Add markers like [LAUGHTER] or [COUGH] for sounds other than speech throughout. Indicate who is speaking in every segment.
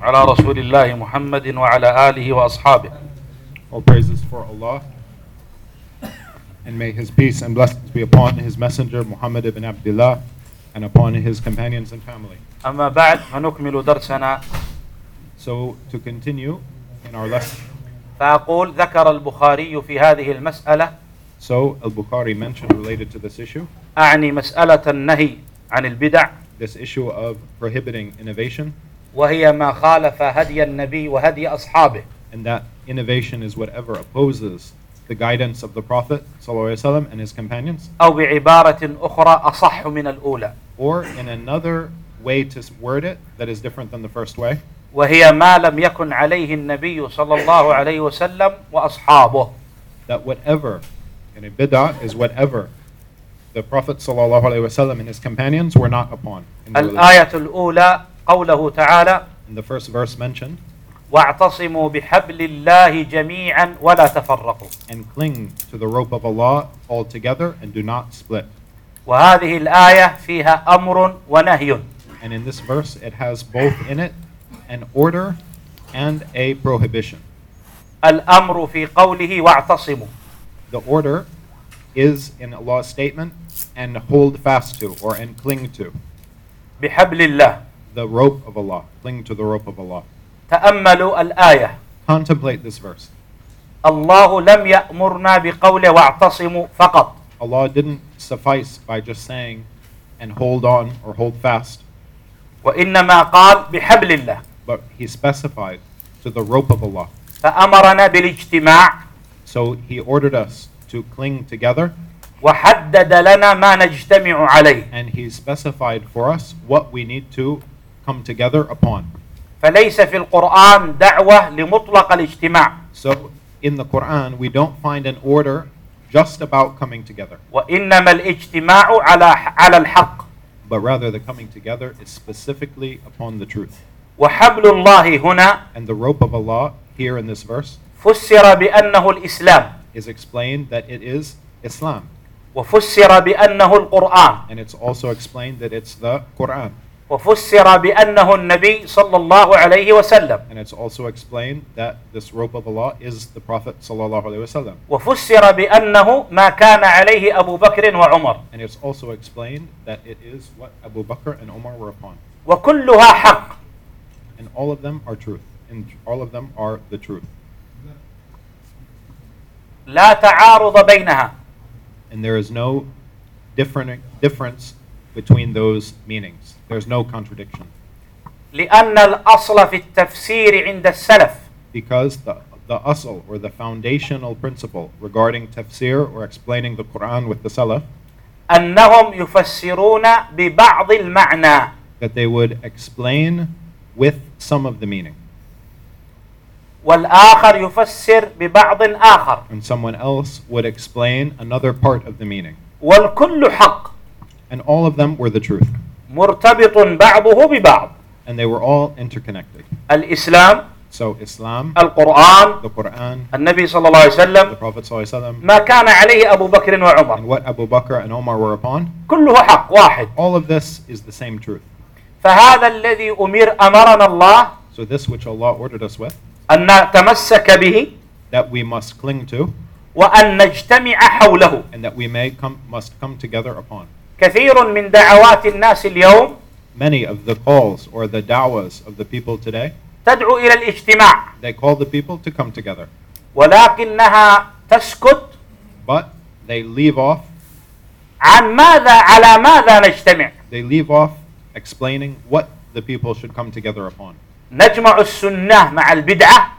Speaker 1: على رسول الله محمد وعلى آله وأصحابه
Speaker 2: All praises for Allah. And may His peace and blessings be upon His Messenger Muhammad ibn Abdullah and upon his companions and family.
Speaker 1: أما بعد فنكمل درسنا
Speaker 2: So, to continue in our lesson,
Speaker 1: فأقول ذكر البخاري في هذه المسألة
Speaker 2: so Al Bukhari mentioned related to this issue,
Speaker 1: أعني مسألة النهي عن البدع
Speaker 2: this issue of prohibiting innovation,
Speaker 1: وهي ما خالف هدي النبي وهدي أصحابه
Speaker 2: and that innovation is whatever opposes the guidance of the Prophet ﷺ and his companions,
Speaker 1: أو بعبارة أخرى أصح من الأولى
Speaker 2: or in another way to word it that is different than the first way.
Speaker 1: وهي ما لم يكن عليه النبي صلى الله عليه وسلم وأصحابه
Speaker 2: that whatever, and a bid'ah is whatever the Prophet ﷺ and his companions were not upon. In the, religion.
Speaker 1: الآية الأولى قوله تعالى
Speaker 2: In the first verse mentioned,
Speaker 1: واعتصموا بحبل الله جميعا ولا تفرقوا
Speaker 2: and cling to the rope of Allah altogether and do not split.
Speaker 1: وهذه الآية فيها أمر ونهي
Speaker 2: And in this verse, it has both in it an order and a prohibition.
Speaker 1: الأمر في قوله واعتصموا
Speaker 2: The order is in Allah's statement, and hold fast to, or and cling to,
Speaker 1: بحبل الله
Speaker 2: the rope of Allah. Cling to the rope of Allah.
Speaker 1: تأملوا الآية
Speaker 2: Contemplate this verse.
Speaker 1: الله لم يأمرنا بقوله واعتصموا فقط
Speaker 2: Allah didn't suffice by just saying and hold on or hold fast,
Speaker 1: وإنما قال بحبل الله
Speaker 2: but he specified to the rope of Allah.
Speaker 1: فأمرنا بالاجتماع
Speaker 2: So he ordered us to cling together
Speaker 1: وحدد لنا ما نجتمع عليه
Speaker 2: and he specified for us what we need to come together upon.
Speaker 1: فليس في القرآن دعوة لمطلق الاجتماع
Speaker 2: So in the Quran, we don't find an order just about coming together,
Speaker 1: وإنما الاجتماع على على الحق
Speaker 2: but rather the coming together is specifically upon the truth.
Speaker 1: وحبل الله هنا
Speaker 2: And the rope of Allah here in this verse
Speaker 1: فسر بأنه الإسلام
Speaker 2: is explained that it is Islam.
Speaker 1: وفسر بأنه القرآن
Speaker 2: And it's also explained that it's the Quran.
Speaker 1: وفسر بأنه النبي صلى الله عليه وسلم
Speaker 2: And it's also explained that this rope of Allah is the Prophet ﷺ.
Speaker 1: وفسر بأنه ما كان عليه أبو بكر وعمر
Speaker 2: And it's also explained that it is what Abu Bakr and Umar were upon.
Speaker 1: وكلها حق
Speaker 2: And all of them are truth. And all of them are the truth.
Speaker 1: لا تعارض بينها
Speaker 2: And there is no different difference between those meanings. There's no contradiction.
Speaker 1: لأن الأصل في التفسير عند السلف
Speaker 2: Because the the asl or the foundational principle regarding tafsir or explaining the Quran with the Salaf
Speaker 1: أنهم يفسرون ببعض المعنى
Speaker 2: that they would explain with some of the meaning,
Speaker 1: والآخر يفسر ببعض آخر
Speaker 2: and someone else would explain another part of the meaning.
Speaker 1: والكل حق
Speaker 2: And all of them were the truth,
Speaker 1: مرتبط بعضه ببعض
Speaker 2: and they were all interconnected.
Speaker 1: الإسلام
Speaker 2: So, Islam,
Speaker 1: القرآن
Speaker 2: the Quran,
Speaker 1: النبي صلى الله عليه
Speaker 2: the
Speaker 1: وسلم
Speaker 2: Prophet, ﷺ,
Speaker 1: ما كان عليه أبو بكر
Speaker 2: and
Speaker 1: وعمر
Speaker 2: what Abu Bakr and Omar were upon,
Speaker 1: كله حق واحد
Speaker 2: all of this is the same truth.
Speaker 1: فهذا الذي أمير أمرنا الله
Speaker 2: So, this which Allah ordered us with,
Speaker 1: أن نتمسك به
Speaker 2: that we must cling to,
Speaker 1: وأن نجتمع حوله
Speaker 2: and that we may come, must come together upon.
Speaker 1: كثير من دعوات الناس اليوم
Speaker 2: Many of the calls or the da'was of the people today,
Speaker 1: تدعو إلى الاجتماع
Speaker 2: they call the people to come together.
Speaker 1: ولكنها تسكت
Speaker 2: but they leave off
Speaker 1: عن ماذا على ماذا نجتمع
Speaker 2: they leave off explaining what the people should come together upon
Speaker 1: نجمع السنة مع البدعة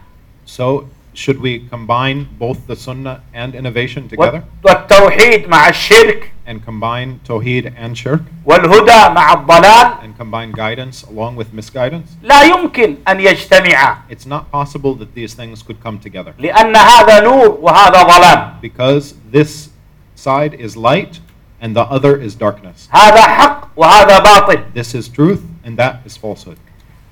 Speaker 2: so should we combine both the sunnah and innovation
Speaker 1: وال-
Speaker 2: together
Speaker 1: والتوحيد مع الشرك
Speaker 2: and combine tawheed and shirk
Speaker 1: والهدى مع الضلال
Speaker 2: and combine guidance along with misguidance
Speaker 1: لا يمكن أن يجتمعا
Speaker 2: it's not possible that these things could come together
Speaker 1: لأن هذا نور وهذا ظلام
Speaker 2: because this side is light and the other is darkness
Speaker 1: هذا حق وهذا باطل
Speaker 2: this is truth and that is falsehood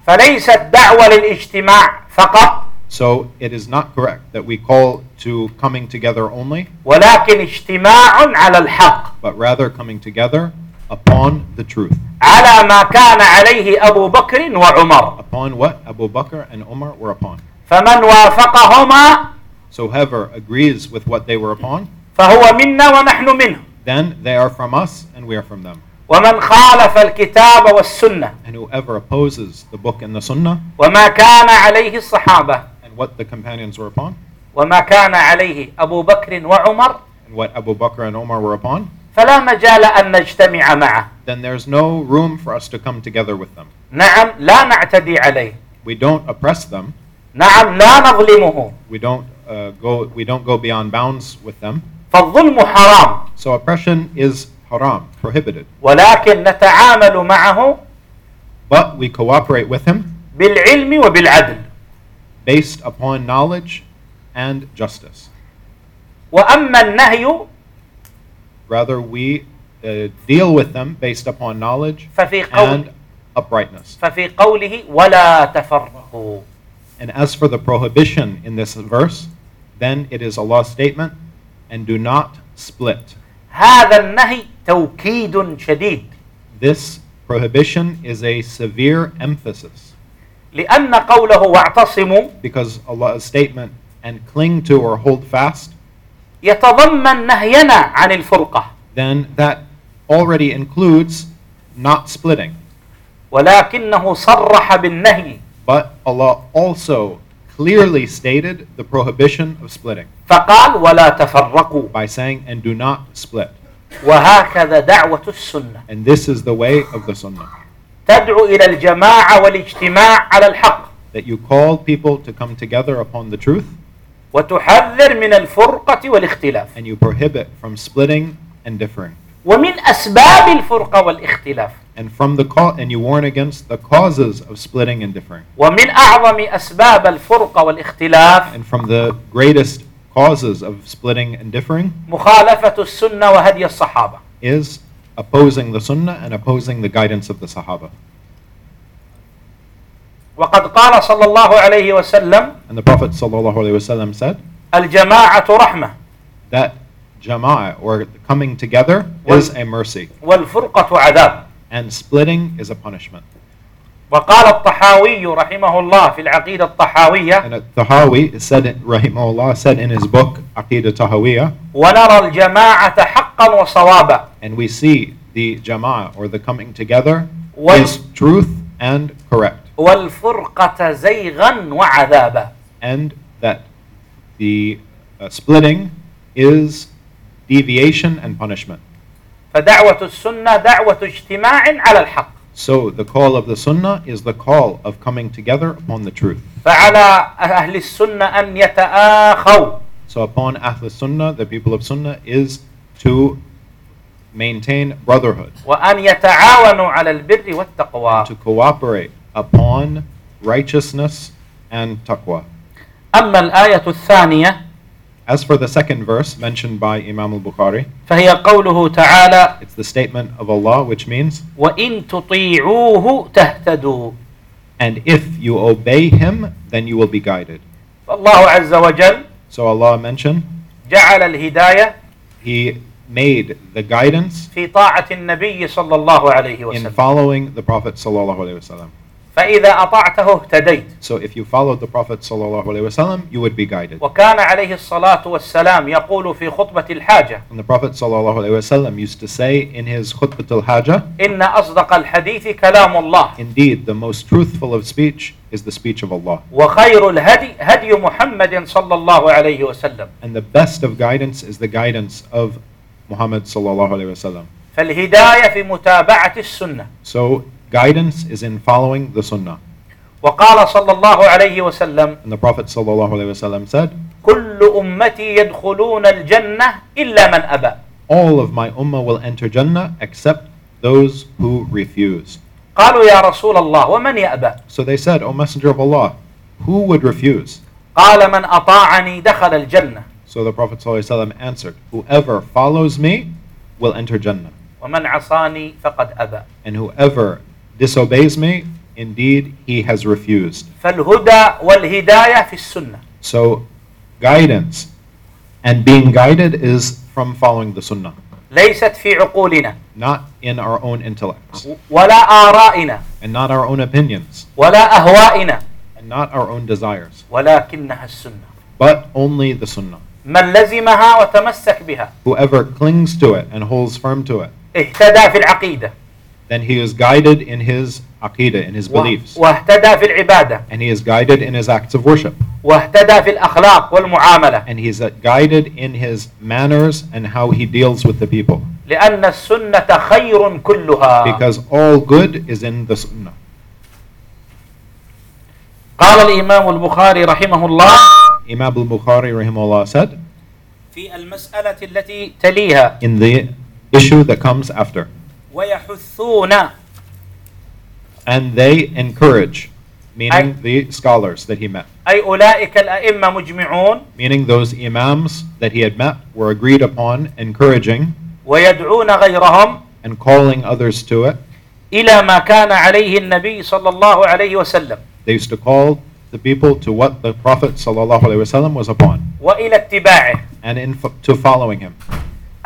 Speaker 1: فليست دعوة للاجتماع فقط
Speaker 2: so it is not correct that we call to coming together only
Speaker 1: ولكن اجتماع على الحق
Speaker 2: but rather coming together upon the truth.
Speaker 1: على ما كان عليه أبو بكر وعمر
Speaker 2: Upon what Abu Bakr and Umar were upon.
Speaker 1: فمن وافقهما
Speaker 2: So whoever agrees with what they were upon,
Speaker 1: فهو منا ونحن منه
Speaker 2: then they are from us and we are from them.
Speaker 1: ومن خالف الكتاب والسنة
Speaker 2: And whoever opposes the book and the sunnah
Speaker 1: وما كان عليه الصحابة
Speaker 2: and what the companions were upon,
Speaker 1: وما كان عليه أبو بكر وعمر
Speaker 2: and what Abu Bakr and Omar were upon,
Speaker 1: فلا مجال أن نجتمع معه
Speaker 2: then there's no room for us to come together with them.
Speaker 1: نعم لا نعتدي عليه
Speaker 2: We don't oppress them.
Speaker 1: نعم لا نظلمه
Speaker 2: We don't uh, go. We don't go beyond bounds with them.
Speaker 1: فالظلم حرام
Speaker 2: So oppression is haram, prohibited.
Speaker 1: ولكن نتعامل معه
Speaker 2: But we cooperate with him
Speaker 1: بالعلم وبالعدل
Speaker 2: based upon knowledge and justice.
Speaker 1: وأما النهي
Speaker 2: Rather, we uh, deal with them based upon knowledge
Speaker 1: ففي قول
Speaker 2: and uprightness.
Speaker 1: ففي قوله ولا تفرقوا
Speaker 2: And as for the prohibition in this verse, then it is Allah's statement, and do not split.
Speaker 1: هذا النهي توكيد شديد
Speaker 2: This prohibition is a severe emphasis
Speaker 1: لأن قوله واعتصموا
Speaker 2: because Allah's statement, and cling to or hold fast,
Speaker 1: يتضمن نهينا عن الفرقة
Speaker 2: then that already includes not splitting.
Speaker 1: ولكنه صرح بالنهي
Speaker 2: But Allah also clearly stated the prohibition of splitting
Speaker 1: فقال ولا تفرقوا
Speaker 2: by saying, and do not split.
Speaker 1: وهكذا دعوة السنة
Speaker 2: And this is the way of the Sunnah,
Speaker 1: تدعو إلى الجماعة والاجتماع على الحق
Speaker 2: that you call people to come together upon the truth,
Speaker 1: وتحذر من الفرقة والاختلاف
Speaker 2: and you prohibit from splitting and differing.
Speaker 1: ومن أسباب الفرقة والاختلاف
Speaker 2: And from the ca- and you warn against the causes of splitting and differing.
Speaker 1: ومن أعظم أسباب الفرقة والاختلاف
Speaker 2: And from the greatest causes of splitting and differing
Speaker 1: مخالفة السنة وهدي الصحابة
Speaker 2: is opposing the Sunnah and opposing the guidance of the Sahaba.
Speaker 1: وقد قال صلى الله عليه وسلم
Speaker 2: And the Prophet ﷺ said
Speaker 1: الجماعة رحمة
Speaker 2: that jama'ah, or the coming together, is a mercy,
Speaker 1: والفرقة عذاب
Speaker 2: and splitting is a punishment.
Speaker 1: وقال الطحاوي رحمه الله في العقيدة الطحاوية
Speaker 2: And at Tahawi said, Rahimahullah said in his book, Aqidah Tahawiyah,
Speaker 1: ونرى الجماعة حقا وصوابا
Speaker 2: and we see the jama'ah, or the coming together,
Speaker 1: What-
Speaker 2: is truth and correct,
Speaker 1: والفرقة زيغا وعذابا
Speaker 2: and that the uh, splitting is deviation and punishment.
Speaker 1: فدعوة السنة دعوة اجتماع على الحق
Speaker 2: So the call of the Sunnah is the call of coming together upon the truth.
Speaker 1: فعلى أهل السنة أن يتآخوا
Speaker 2: So upon Ahl Sunnah, the people of Sunnah, is to maintain brotherhood,
Speaker 1: وأن يتعاونوا على البر والتقوى
Speaker 2: to cooperate upon righteousness and taqwa.
Speaker 1: أما الآية الثانية
Speaker 2: As for the second verse mentioned by Imam al Bukhari,
Speaker 1: فهي قوله تعالى
Speaker 2: it's the statement of Allah which means,
Speaker 1: وإن تطيعوه تهتدوا
Speaker 2: And if you obey Him, then you will be guided.
Speaker 1: فالله عز وجل
Speaker 2: So Allah mentioned,
Speaker 1: جعل الهداية
Speaker 2: He made the guidance
Speaker 1: في طاعة النبي صلى الله عليه
Speaker 2: in
Speaker 1: وسلم
Speaker 2: following the Prophet. ﷺ.
Speaker 1: فإذا أطعته اهتديت
Speaker 2: So if you followed the Prophet, ﷺ, you would be guided.
Speaker 1: وكان عليه الصلاة والسلام يقول في خطبة الحاجة
Speaker 2: And the Prophet ﷺ used to say in his Khutbat al Hajjah,
Speaker 1: إن أصدق الحديث كلام الله
Speaker 2: Indeed, the most truthful of speech is the speech of Allah,
Speaker 1: وخير الهدي هدي محمد صلى الله عليه وسلم
Speaker 2: and the best of guidance is the guidance of Muhammad. ﷺ.
Speaker 1: فالهداية في متابعة السنة
Speaker 2: So, guidance is in following the Sunnah.
Speaker 1: وقال صلى الله عليه وسلم
Speaker 2: And the Prophet ﷺ said,
Speaker 1: كل أمتي يدخلون الجنة إلا من أبى
Speaker 2: All of my ummah will enter Jannah except those who refuse.
Speaker 1: قالوا يا رسول الله ومن يأبى
Speaker 2: So they said, O Messenger of Allah, who would refuse?
Speaker 1: قال من أطاعني دخل الجنة
Speaker 2: So the Prophet ﷺ answered, Whoever follows me will enter Jannah.
Speaker 1: ومن عصاني فقد أبى
Speaker 2: and whoever disobeys me, indeed he has refused.
Speaker 1: فالهدى والهداية في السنة
Speaker 2: So, guidance and being guided is from following the Sunnah.
Speaker 1: ليست في عقولنا
Speaker 2: not in our own intellects,
Speaker 1: ولا آرائنا
Speaker 2: and not our own opinions,
Speaker 1: ولا أهوائنا
Speaker 2: and not our own desires,
Speaker 1: ولكنها السنة
Speaker 2: but only the Sunnah.
Speaker 1: من لزمها وتمسك بها
Speaker 2: Whoever clings to it and holds firm to it,
Speaker 1: اهتدى في العقيدة
Speaker 2: then he is guided in his aqidah, in his beliefs,
Speaker 1: واهتدى في العبادة
Speaker 2: and he is guided in his acts of worship,
Speaker 1: واهتدى في الأخلاق والمعاملة
Speaker 2: and he is guided in his manners and how he deals with the people,
Speaker 1: لأن السنة خير كلها
Speaker 2: because all good is in the Sunnah.
Speaker 1: قال الإمام البخاري رحمه الله
Speaker 2: Imam al-Bukhari rahimahullah said,
Speaker 1: في المسألة التي تليها
Speaker 2: in the issue that comes after,
Speaker 1: ويحثون
Speaker 2: and they encourage,
Speaker 1: I-
Speaker 2: meaning the scholars that he met.
Speaker 1: أي أولئك الأئمة مجمعون
Speaker 2: meaning those imams that he had met were agreed upon encouraging
Speaker 1: ويدعون غيرهم
Speaker 2: and calling others to it
Speaker 1: إلى ما كان عليه النبي صلى الله عليه وسلم
Speaker 2: they used to call the people to what the prophet ﷺ was upon
Speaker 1: وإلى اتباعه
Speaker 2: and in to following him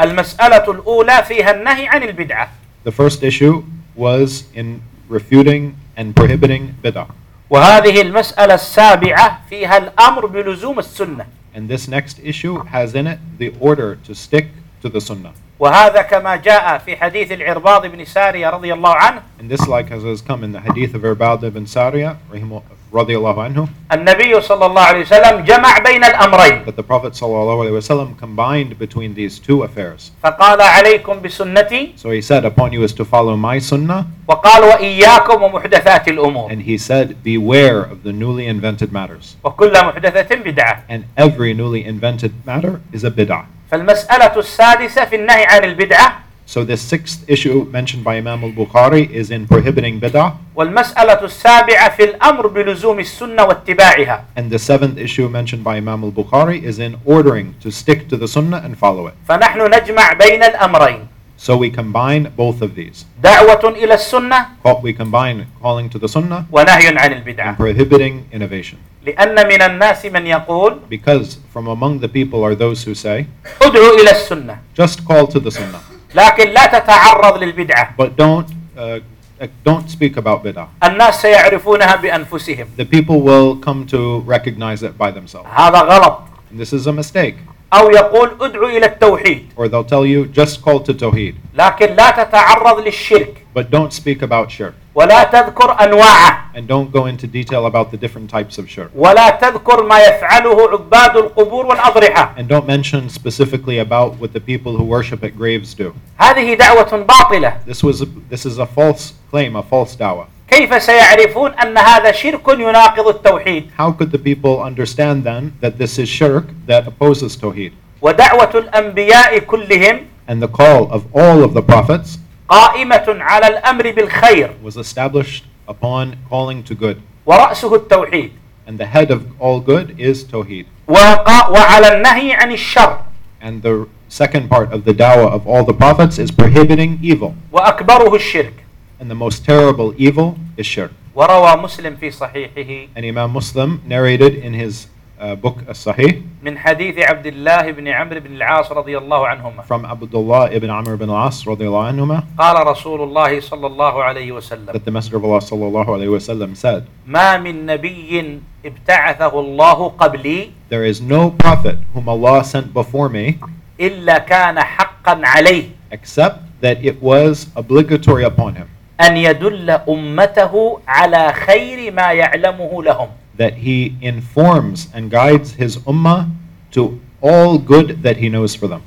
Speaker 1: المسألة الأولى فيها النهي عن البدعة
Speaker 2: the first issue was in refuting and prohibiting bid'ah
Speaker 1: وهذه المسألة السابعة فيها الأمر بلزوم السنة
Speaker 2: and this next issue has in it the order to stick to the sunnah
Speaker 1: وهذا كما جاء في حديث العرباض بن سارية رضي الله عنه
Speaker 2: and this like as has come in the hadith of Irbad ibn Sariya rahimahu- radiyallahu anhu
Speaker 1: النبي صلى الله عليه وسلم جمع بين الأمرين
Speaker 2: that the prophet ﷺ combined between these two affairs
Speaker 1: فقال عليكم بسنتي
Speaker 2: So he said, Upon you is to follow my sunnah.
Speaker 1: وقال وإياكم ومحدثات الأمور
Speaker 2: And he said, Beware of the newly invented matters.
Speaker 1: وكل محدثة بدعة
Speaker 2: And every newly invented matter is a bid'ah.
Speaker 1: فالمسألة السادسة في النهي عن البدعة
Speaker 2: So this sixth issue mentioned by Imam al-Bukhari is in prohibiting bid'ah.
Speaker 1: والمسألة السابعة في الأمر بلزوم السنة واتباعها
Speaker 2: And the seventh issue mentioned by Imam al-Bukhari is in ordering to stick to the sunnah and follow it.
Speaker 1: فنحن نجمع بين الأمرين
Speaker 2: So we combine both of these.
Speaker 1: دعوة إلى السنة
Speaker 2: Call- We combine calling to the sunnah
Speaker 1: ونهي عن
Speaker 2: and
Speaker 1: البدعة
Speaker 2: prohibiting innovation.
Speaker 1: لأن من الناس من يقول
Speaker 2: Because from among the people are those who say,
Speaker 1: ادعو إلى السنة
Speaker 2: just call to the sunnah.
Speaker 1: لكن لا تتعرض للبدعة
Speaker 2: But don't uh, uh, don't speak about bid'ah.
Speaker 1: الناس سيعرفونها بأنفسهم
Speaker 2: The people will come to recognize it by themselves.
Speaker 1: هذا غلط
Speaker 2: And this is a mistake.
Speaker 1: أو يقول ادعو إلى التوحيد
Speaker 2: Or they'll tell you just call to tawheed,
Speaker 1: لكن لا تتعرض للشرك
Speaker 2: but don't speak about shirk
Speaker 1: ولا تذكر أنواعه
Speaker 2: and don't go into detail about the different types of shirk.
Speaker 1: ولا تذكر ما يفعله عباد القبور والأضرحة
Speaker 2: And don't mention specifically about what the people who worship at graves do.
Speaker 1: هذه دعوة باطلة
Speaker 2: This was this is a false claim, a false dawah.
Speaker 1: كيف سيعرفون أن هذا شرك يناقض التوحيد
Speaker 2: How could the people understand then that this is shirk that opposes tawheed?
Speaker 1: ودعوة الأنبياء كلهم
Speaker 2: And the call of all of the prophets
Speaker 1: قائمة على الأمر بالخير
Speaker 2: was established upon calling to good.
Speaker 1: ورأسه التوحيد
Speaker 2: And the head of all good is Tawheed.
Speaker 1: وقا- وعلى النهي عن الشر
Speaker 2: And the second part of the dawah of all the prophets is prohibiting evil.
Speaker 1: وأكبره الشرك
Speaker 2: And the most terrible evil is shirk.
Speaker 1: وروى مسلم في صحيحه
Speaker 2: And Imam Muslim narrated in his uh, book As-Sahih
Speaker 1: من حديث عبد الله بن عمرو بن العاص رضي الله عنهما
Speaker 2: from Abdullah ibn Amr ibn al-As radiyallahu anhuma,
Speaker 1: قال رسول الله صلى الله عليه وسلم
Speaker 2: that the Messenger of Allah sallallahu alayhi wasallam said,
Speaker 1: ما من نبي ابتعثه الله قبلي
Speaker 2: There is no prophet whom Allah sent before me
Speaker 1: إلا كان حقا عليه
Speaker 2: except that it was obligatory upon him,
Speaker 1: أن يدل أمته على خير ما يعلمه لهم
Speaker 2: that he informs and guides his ummah to all good that he knows for them.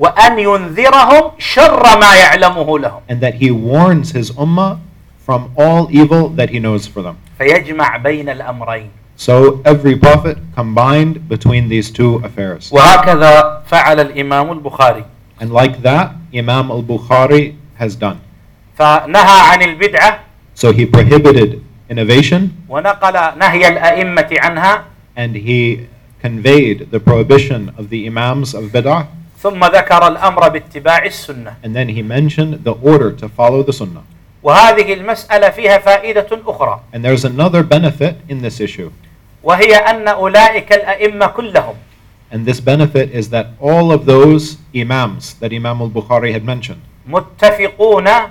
Speaker 1: وأن ينذرهم شر ما يعلمه لهم
Speaker 2: and that he warns his ummah from all evil that he knows for them.
Speaker 1: فيجمع بين الأمرين
Speaker 2: So every prophet combined between these two affairs.
Speaker 1: وهكذا فعل الإمام البخاري
Speaker 2: And like that, Imam al Bukhari has done.
Speaker 1: فنهى عن البدعة
Speaker 2: So he prohibited innovation
Speaker 1: ونقل نهي الأئمة عنها
Speaker 2: and he conveyed the prohibition of the Imams of Bid'ah
Speaker 1: ثم ذكر الأمر باتباع السنة
Speaker 2: and then he mentioned the order to follow the Sunnah.
Speaker 1: وهذه المسألة فيها فائدة أخرى
Speaker 2: And there's another benefit in this issue
Speaker 1: وهي أن أولئك الأئمة كلهم
Speaker 2: And this benefit is that all of those imams that Imam al-Bukhari had mentioned,
Speaker 1: متفقون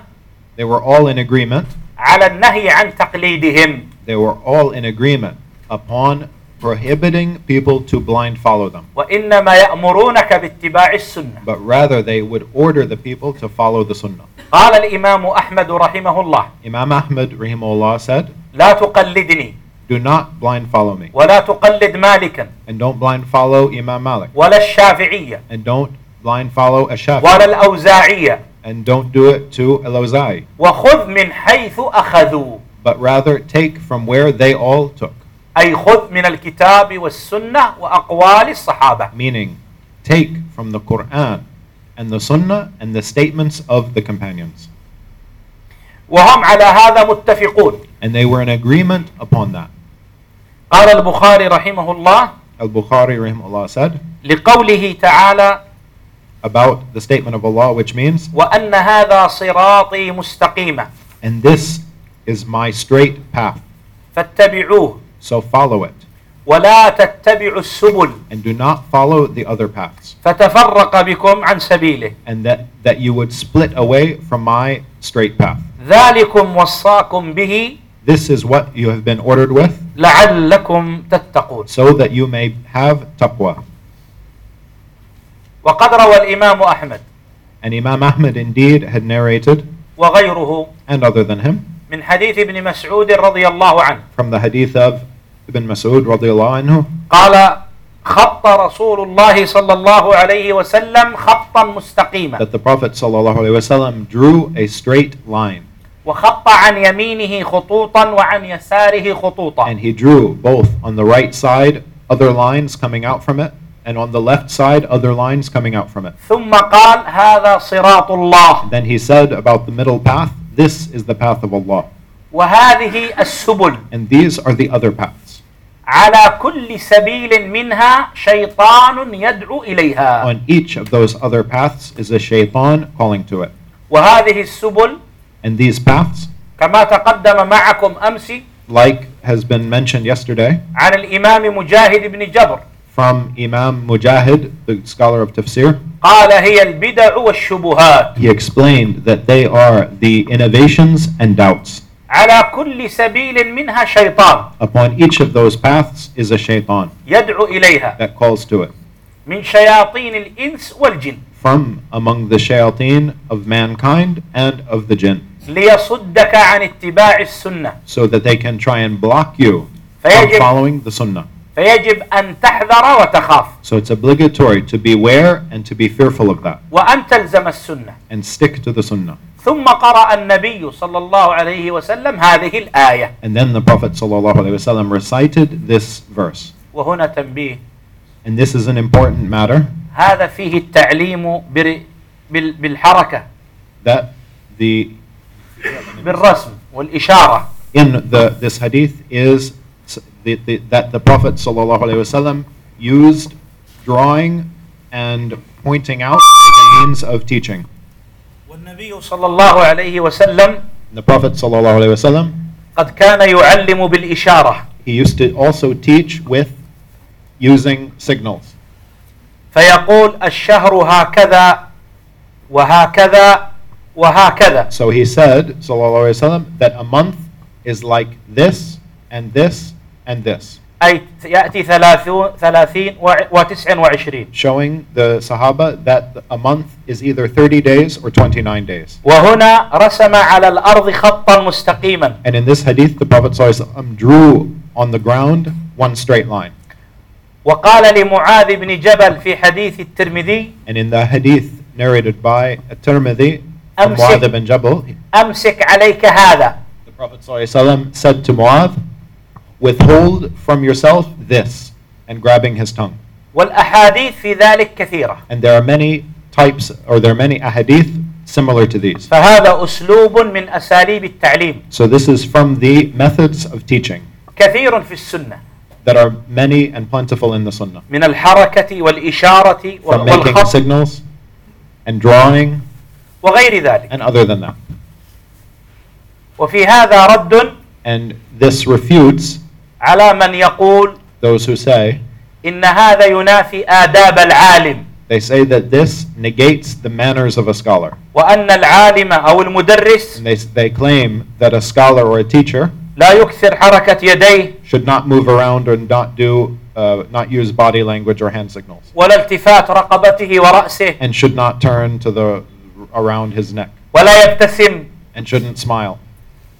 Speaker 2: they were all in agreement.
Speaker 1: على النهي عن تقليدهم
Speaker 2: They were all in agreement upon prohibiting people to blind follow them.
Speaker 1: وإنما يأمرونك باتباع السنة
Speaker 2: but rather they would order the people to follow the Sunnah.
Speaker 1: قال الإمام أحمد رحمه الله
Speaker 2: Imam Ahmad rahimahullah said,
Speaker 1: لا تقلدني
Speaker 2: "Do not blind follow me,
Speaker 1: ولا تقلد مالكا
Speaker 2: and don't blind follow Imam Malik,
Speaker 1: ولا الشافعية
Speaker 2: and don't blind follow Ash-Shafi,
Speaker 1: ولا الأوزاعية
Speaker 2: and don't do it to Al-Awza'i,
Speaker 1: وخذ من حيث أخذوا
Speaker 2: but rather take from where they all took."
Speaker 1: أي خذ من الكتاب والسنة وأقوال الصحابة
Speaker 2: Meaning, take from the Quran and the Sunnah and the statements of the companions.
Speaker 1: وهم على هذا متفقون
Speaker 2: And they were in agreement upon that.
Speaker 1: قال البخاري رحمه الله
Speaker 2: Al-Bukhari rahimahullah said
Speaker 1: لقوله تعالى
Speaker 2: about the statement of Allah, which means,
Speaker 1: وأن هذا صراطي مستقيما
Speaker 2: And this is my straight path,
Speaker 1: فاتبعوه
Speaker 2: so follow it,
Speaker 1: ولا تتبعوا السبل
Speaker 2: and do not follow the other paths,
Speaker 1: فتفرق بكم عن سبيله
Speaker 2: and that, that you would split away from my straight path.
Speaker 1: ذلكم وصاكم به
Speaker 2: This is what you have been ordered with,
Speaker 1: لعلكم تتقون
Speaker 2: so that you may have taqwa.
Speaker 1: وقد روى الإمام أحمد
Speaker 2: And Imam Ahmad indeed had narrated,
Speaker 1: وغيره
Speaker 2: and other than him,
Speaker 1: من حديث ابن مسعود رضي الله عنه
Speaker 2: from the hadith of Ibn Mas'ud radiallahu anhu,
Speaker 1: قال خط رسول الله صلى الله عليه وسلم خطا مستقيما
Speaker 2: that the Prophet ﷺ drew a straight line,
Speaker 1: وخط عن يمينه خطوطا وعن يساره خطوطا
Speaker 2: and he drew both on the right side other lines coming out from it and on the left side other lines coming out from it
Speaker 1: ثم قال هذا صراط الله
Speaker 2: then he said about the middle path this is the path of allah
Speaker 1: وهذه السبل
Speaker 2: and these are the other paths
Speaker 1: على كل سبيل منها شيطان يدعو إليها
Speaker 2: on each of those other paths is a shaitan calling to it
Speaker 1: وهذه السبل
Speaker 2: and these paths
Speaker 1: كما تقدم معكم أمس
Speaker 2: like has been mentioned yesterday
Speaker 1: عن الإمام مجاهد بن جبر
Speaker 2: from imam mujahid the scholar of tafsir
Speaker 1: قال هي البدع والشبهات
Speaker 2: he explained that they are the innovations and doubts
Speaker 1: على كل سبيل منها شيطان
Speaker 2: upon each of those paths is a shaitan
Speaker 1: يدعو إليها
Speaker 2: that calls to it
Speaker 1: من شياطين الإنس والجن
Speaker 2: from among the shayateen of mankind and of the jinn,
Speaker 1: ليصدك عن اتباع السنة
Speaker 2: so that they can try and block you from
Speaker 1: فيجب-
Speaker 2: following the sunnah.
Speaker 1: فيجب أن تحذر وتخاف
Speaker 2: So it's obligatory to beware and to be fearful of that
Speaker 1: وأن تلزم السنة
Speaker 2: and stick to the sunnah.
Speaker 1: ثم قرأ النبي صلى الله عليه وسلم هذه الآية
Speaker 2: And then the Prophet ﷺ recited this verse.
Speaker 1: وهنا تنبيه
Speaker 2: And this is an important matter
Speaker 1: هذا فيه التعليم بر... بال... بالحركة
Speaker 2: that the
Speaker 1: بالرسم والإشارة
Speaker 2: in the this hadith is s- the, the, that the Prophet ﷺ used drawing and pointing out as a means of teaching.
Speaker 1: والنبي صلى الله عليه وسلم
Speaker 2: And The Prophet ﷺ,
Speaker 1: قد كان يعلم بالإشارة
Speaker 2: he used to also teach with using signals.
Speaker 1: فيقول الشهر هكذا وهكذا وهكذا
Speaker 2: So he said ﷺ, that a month is like this and this and this,
Speaker 1: أي يأتي ثلاثون ثلاثين وع- وتسع وعشرين
Speaker 2: showing the Sahaba that a month is either 30 days or 29 days.
Speaker 1: وهنا رسم على الأرض خطا مستقيما
Speaker 2: And in this hadith, the Prophet ﷺ drew on the ground one straight line.
Speaker 1: وقال لمعاذ بن جبل في حديث الترمذي
Speaker 2: And in the hadith narrated by At-Tirmidhi, from
Speaker 1: Amsik.
Speaker 2: Mu'adh ibn Jabal,
Speaker 1: أمسك عليك هذا
Speaker 2: The Prophet ﷺ said to Mu'adh, Withhold from yourself this, and grabbing his tongue.
Speaker 1: والأحاديث في ذلك كثيرة
Speaker 2: And there are many types, or there are many ahadith similar to these.
Speaker 1: فهذا أسلوب من أساليب التعليم
Speaker 2: So this is from the methods of teaching
Speaker 1: كثير في السنة
Speaker 2: that are many and plentiful in the Sunnah.
Speaker 1: من الحركة والإشارة
Speaker 2: From making
Speaker 1: والخط
Speaker 2: signals and drawing
Speaker 1: وغير ذلك
Speaker 2: and other than that.
Speaker 1: وفي هذا رد
Speaker 2: And this refutes
Speaker 1: على من يقول
Speaker 2: those who say
Speaker 1: إن هذا ينافي آداب العالم
Speaker 2: They say that this negates the manners of a scholar.
Speaker 1: وأن العالم أو المدرس
Speaker 2: And they, they claim that a scholar or a teacher
Speaker 1: لا يكثر حركة يديه
Speaker 2: should not move around or not do, uh, not use body language or hand signals,
Speaker 1: ولا التفات رقبته ورأسه
Speaker 2: and should not turn to the around his neck,
Speaker 1: ولا يبتسم
Speaker 2: and shouldn't smile.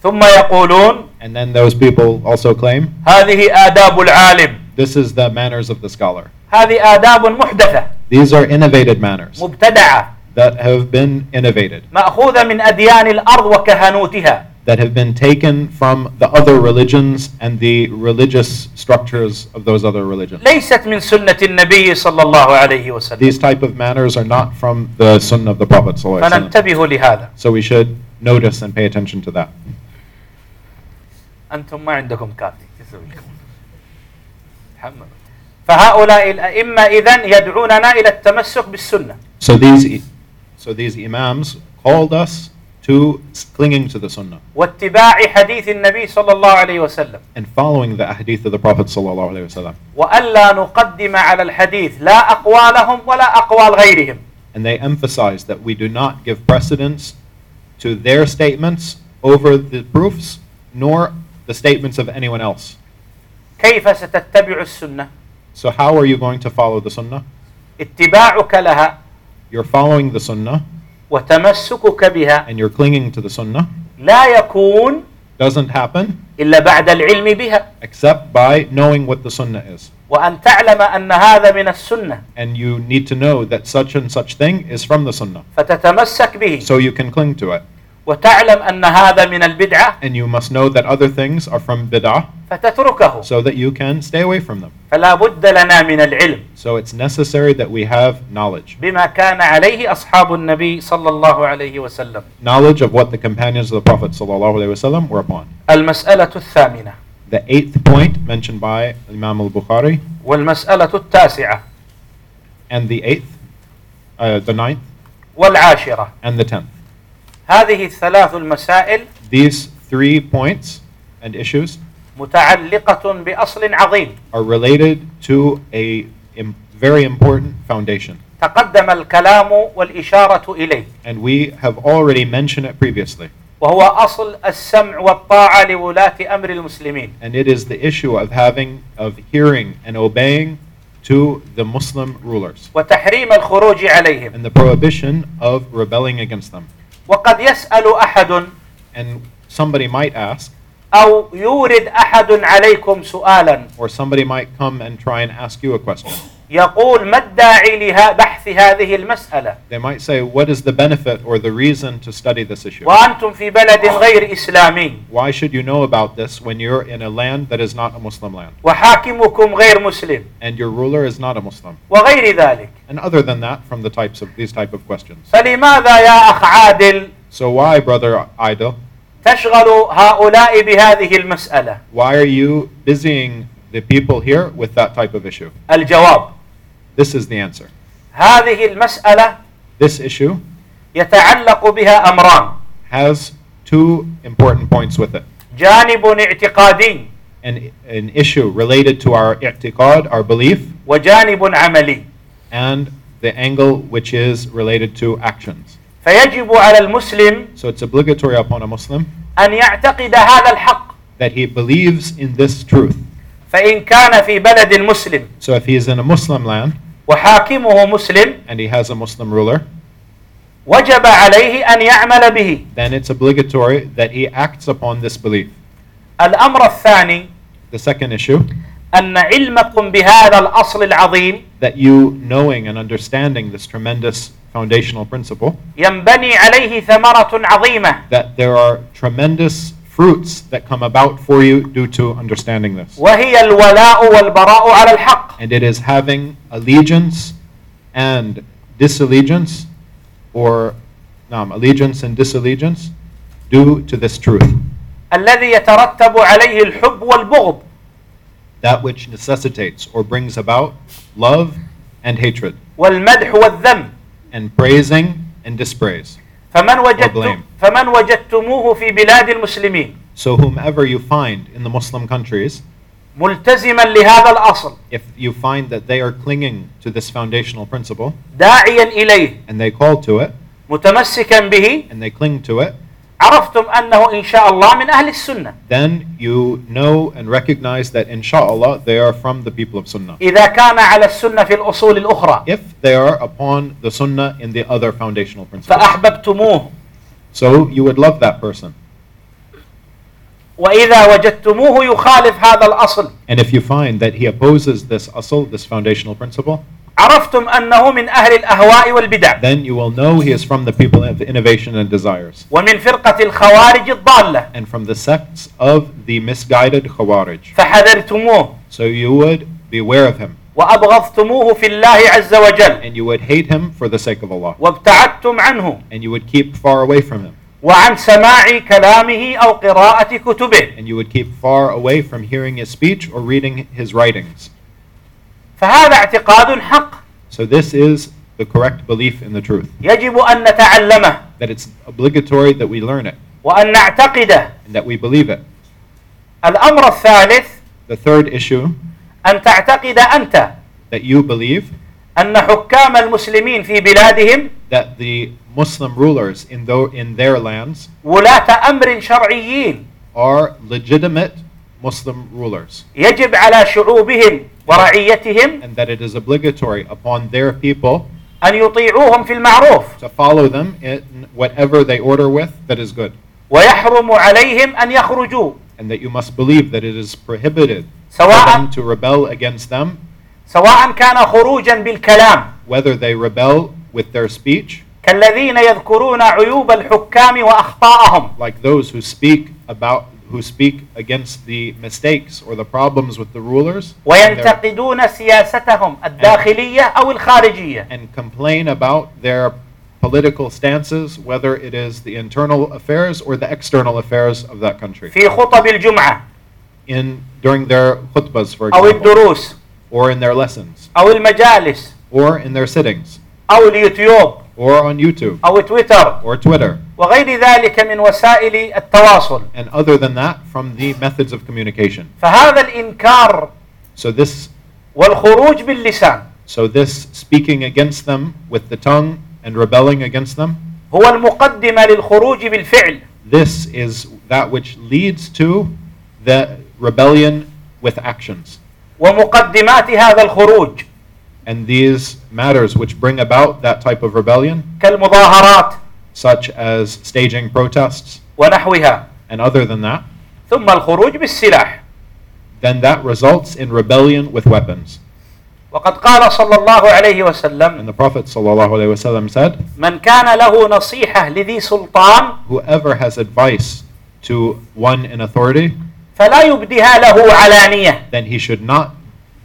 Speaker 1: ثم يقولون
Speaker 2: And then those people also claim
Speaker 1: هذه آداب العالم
Speaker 2: this is the manners of the scholar.
Speaker 1: هذه آداب محدثة
Speaker 2: These are innovated manners
Speaker 1: مبتدعة
Speaker 2: that have been innovated,
Speaker 1: مأخوذة من أديان الأرض وكهنوتها
Speaker 2: that have been taken from the other religions and the religious structures of those other religions.
Speaker 1: ليست من سنة النبي صلى الله عليه وسلم
Speaker 2: These type of manners are not from the sunnah of the Prophet. sallallahu alaihi wasallam.
Speaker 1: فننتبه لهذا
Speaker 2: So we should notice and pay attention to that.
Speaker 1: أنتم ما عندكم كافي تسوي لكم. تحملوا. فهؤلاء الأئمة إذن يدعوننا إلى التمسك بالسنة
Speaker 2: So these, e, so these imams called us to clinging to the sunnah
Speaker 1: واتباع حديث النبي صلى الله عليه وسلم
Speaker 2: and following the ahadith of the Prophet sallallahu alaihi wasallam.
Speaker 1: وألا نقدم على الحديث لا أقوالهم ولا أقوال غيرهم
Speaker 2: And they emphasize that we do not give precedence to their statements over the proofs, nor the statements of anyone else.
Speaker 1: كيف ستتبع السنة
Speaker 2: So how are you going to follow the sunnah?
Speaker 1: اتباعك لها
Speaker 2: You're following the sunnah
Speaker 1: وتمسكك بها
Speaker 2: and you're clinging to the sunnah.
Speaker 1: لا يكون
Speaker 2: Doesn't happen
Speaker 1: إلا بعد العلم بها
Speaker 2: except by knowing what the sunnah is.
Speaker 1: وأن تعلم أن هذا من السنة
Speaker 2: And you need to know that such and such thing is from the sunnah.
Speaker 1: فتتمسك به
Speaker 2: So you can cling to it.
Speaker 1: وتعلم أن هذا من البدعة
Speaker 2: And you must know that other things are from bid'ah
Speaker 1: فتتركه
Speaker 2: so that you can stay away from them.
Speaker 1: فلا بد لنا من العلم
Speaker 2: So it's necessary that we have knowledge.
Speaker 1: بما كان عليه أصحاب النبي صلى الله عليه وسلم
Speaker 2: knowledge of what the companions of the Prophet ﷺ were upon.
Speaker 1: المسألة الثامنة
Speaker 2: The eighth point mentioned by Imam al Bukhari,
Speaker 1: والمسألة التاسعة
Speaker 2: and the eighth, uh, the ninth,
Speaker 1: والعاشرة
Speaker 2: and the tenth.
Speaker 1: هذه الثلاث المسائل
Speaker 2: These three points and issues
Speaker 1: متعلقة بأصل عظيم
Speaker 2: are related to a im- very important foundation,
Speaker 1: تقدم الكلام والإشارة إليه
Speaker 2: and we have already mentioned it previously.
Speaker 1: وهو أصل السمع والطاعة لولاة أمر المسلمين
Speaker 2: And it is the issue of having, of hearing and obeying to the Muslim rulers,
Speaker 1: وتحريم الخروج عليهم
Speaker 2: and the prohibition of rebelling against them.
Speaker 1: وقد يسأل أحد
Speaker 2: And somebody might ask,
Speaker 1: أو يورد أحد عليكم سؤالا
Speaker 2: or somebody might come and try and ask you a question.
Speaker 1: يقول ما الداعي لبحث هذه المسألة
Speaker 2: They might say, What is the benefit or the reason to study this issue?
Speaker 1: وأنتم في بلد غير إسلامي
Speaker 2: Why should you know about this when you're in a land that is not a Muslim land
Speaker 1: وحاكمكم غير مسلم
Speaker 2: and your ruler is not a Muslim?
Speaker 1: وغير ذلك
Speaker 2: And other than that, from the types of these type of questions.
Speaker 1: فلماذا يا أخ عادل
Speaker 2: So why, brother Idol,
Speaker 1: تشغل هؤلاء بهذه المسألة
Speaker 2: why are you busying the people here with that type of issue?
Speaker 1: الجواب
Speaker 2: This is the answer.
Speaker 1: هذه المسألة
Speaker 2: This issue
Speaker 1: يتعلق بها أمران
Speaker 2: has two important points with it.
Speaker 1: جانب اعتقادي
Speaker 2: An, an issue related to our i'tiqad, our belief,
Speaker 1: وجانب عملي
Speaker 2: and the angle which is related to actions.
Speaker 1: فيجب على المسلم
Speaker 2: So it's obligatory upon a Muslim
Speaker 1: أن يعتقد هذا الحق
Speaker 2: that he believes in this truth.
Speaker 1: فإن كان في بلد مسلم
Speaker 2: So if he is in a Muslim land
Speaker 1: وحاكمه مسلم
Speaker 2: and he has a Muslim ruler,
Speaker 1: وجب عليه أن يعمل به
Speaker 2: then it's obligatory that he acts upon this belief.
Speaker 1: الأمر الثاني
Speaker 2: The second issue,
Speaker 1: أن علمكم بهذا الأصل العظيم
Speaker 2: that you knowing and understanding this tremendous foundational principle,
Speaker 1: ينبني عليه ثمرة عظيمة
Speaker 2: that there are tremendous fruits that come about for you due to understanding this.
Speaker 1: وهي الولاء والبراء على الحق
Speaker 2: and it is having allegiance and disallegiance, or um, allegiance and disallegiance, due to this truth,
Speaker 1: الذي يترتب عليه الحب والبغض
Speaker 2: that which necessitates or brings about love and hatred,
Speaker 1: والمدح والذم
Speaker 2: and praising and dispraise.
Speaker 1: فمن وجدتم
Speaker 2: blame.
Speaker 1: فمن وجدتموه في بلاد المسلمين
Speaker 2: So, whomever you find in the Muslim countries
Speaker 1: ملتزما لهذا الأصل
Speaker 2: If you find that they are clinging to this foundational principle
Speaker 1: داعيا إليه
Speaker 2: and they call to it
Speaker 1: متمسكا به
Speaker 2: and they cling to it,
Speaker 1: عرفتم أنه إن شاء الله من أهل السنة
Speaker 2: then you know and recognize that inshallah they are from the people of Sunnah.
Speaker 1: إذا كان على السنة في الأصول الأخرى
Speaker 2: If they are upon the Sunnah in the other foundational principles.
Speaker 1: فأحببتموه
Speaker 2: So you would love that person.
Speaker 1: وإذا وجدتموه يخالف هذا الأصل
Speaker 2: And if you find that he opposes this asl, this foundational principle,
Speaker 1: عرفتم أنه من أهل الأهواء والبدع
Speaker 2: then you will know he is from the people of innovation and desires
Speaker 1: ومن فرقة الخوارج الضالة
Speaker 2: and from the sects of the misguided Khawarij.
Speaker 1: فحذرتموه
Speaker 2: So you would beware of him
Speaker 1: وأبغضتموه في الله عز وجل
Speaker 2: and you would hate him for the sake of Allah
Speaker 1: وابتعدتم عنه
Speaker 2: and you would keep far away from him
Speaker 1: وعن سماع كلامه أو قراءة كتبه
Speaker 2: and you would keep far away from hearing his speech or reading his writings.
Speaker 1: فهذا اعتقاد حق
Speaker 2: So this is the correct belief in the truth
Speaker 1: يجب أن نتعلمه
Speaker 2: that it's obligatory that we learn it
Speaker 1: وأن نعتقده
Speaker 2: and that we believe it.
Speaker 1: الأمر الثالث
Speaker 2: The third issue
Speaker 1: أن تعتقد أنت
Speaker 2: that you believe
Speaker 1: أن حكام المسلمين في بلادهم
Speaker 2: that the Muslim rulers in though in their lands
Speaker 1: ولاة أمر شرعيين
Speaker 2: are legitimate Muslim rulers
Speaker 1: يجب على شعوبهم ورعيتهم
Speaker 2: and that it is obligatory upon their people
Speaker 1: أن يطيعوهم في المعروف
Speaker 2: to follow them in whatever they order with that is good
Speaker 1: ويحرم عليهم أن يخرجوا
Speaker 2: and that you must believe that it is prohibited for them
Speaker 1: سواء
Speaker 2: to rebel against them
Speaker 1: سواء كان خروجا بالكلام
Speaker 2: whether they rebel with their speech
Speaker 1: كالذين يذكرون عيوب الحكام وأخطاءهم
Speaker 2: like those who speak about who speak against the mistakes or the problems with the rulers and their-
Speaker 1: وينتقدون سياستهم الداخلية أو الخارجية
Speaker 2: and complain about their political stances, whether it is the internal affairs or the external affairs of that country.
Speaker 1: في خطب الجمعة
Speaker 2: In during their khutbas, for
Speaker 1: أو
Speaker 2: example,
Speaker 1: الدروس
Speaker 2: or in their lessons,
Speaker 1: أو المجالس
Speaker 2: or in their sittings,
Speaker 1: أو اليوتيوب
Speaker 2: or on YouTube,
Speaker 1: أو تويتر
Speaker 2: or Twitter,
Speaker 1: وغير ذلك من وسائل التواصل
Speaker 2: and other than that, from the methods of communication.
Speaker 1: فهذا الإنكار
Speaker 2: So this,
Speaker 1: والخروج باللسان
Speaker 2: so this speaking against them with the tongue and rebelling against them,
Speaker 1: هو المقدمة للخروج بالفعل
Speaker 2: this is that which leads to the rebellion with actions.
Speaker 1: ومقدمات هذا الخروج
Speaker 2: And these matters which bring about that type of rebellion,
Speaker 1: كالمظاهرات
Speaker 2: such as staging protests
Speaker 1: ونحوها
Speaker 2: and other than that,
Speaker 1: ثم الخروج بالسلاح
Speaker 2: then that results in rebellion with weapons.
Speaker 1: وقد قال صلى الله عليه
Speaker 2: And
Speaker 1: وسلم
Speaker 2: the Prophet ﷺ said,
Speaker 1: من كان له نصيحة لذي سلطان
Speaker 2: Whoever has advice to one in authority,
Speaker 1: فلا يبدها له علانية
Speaker 2: then he should not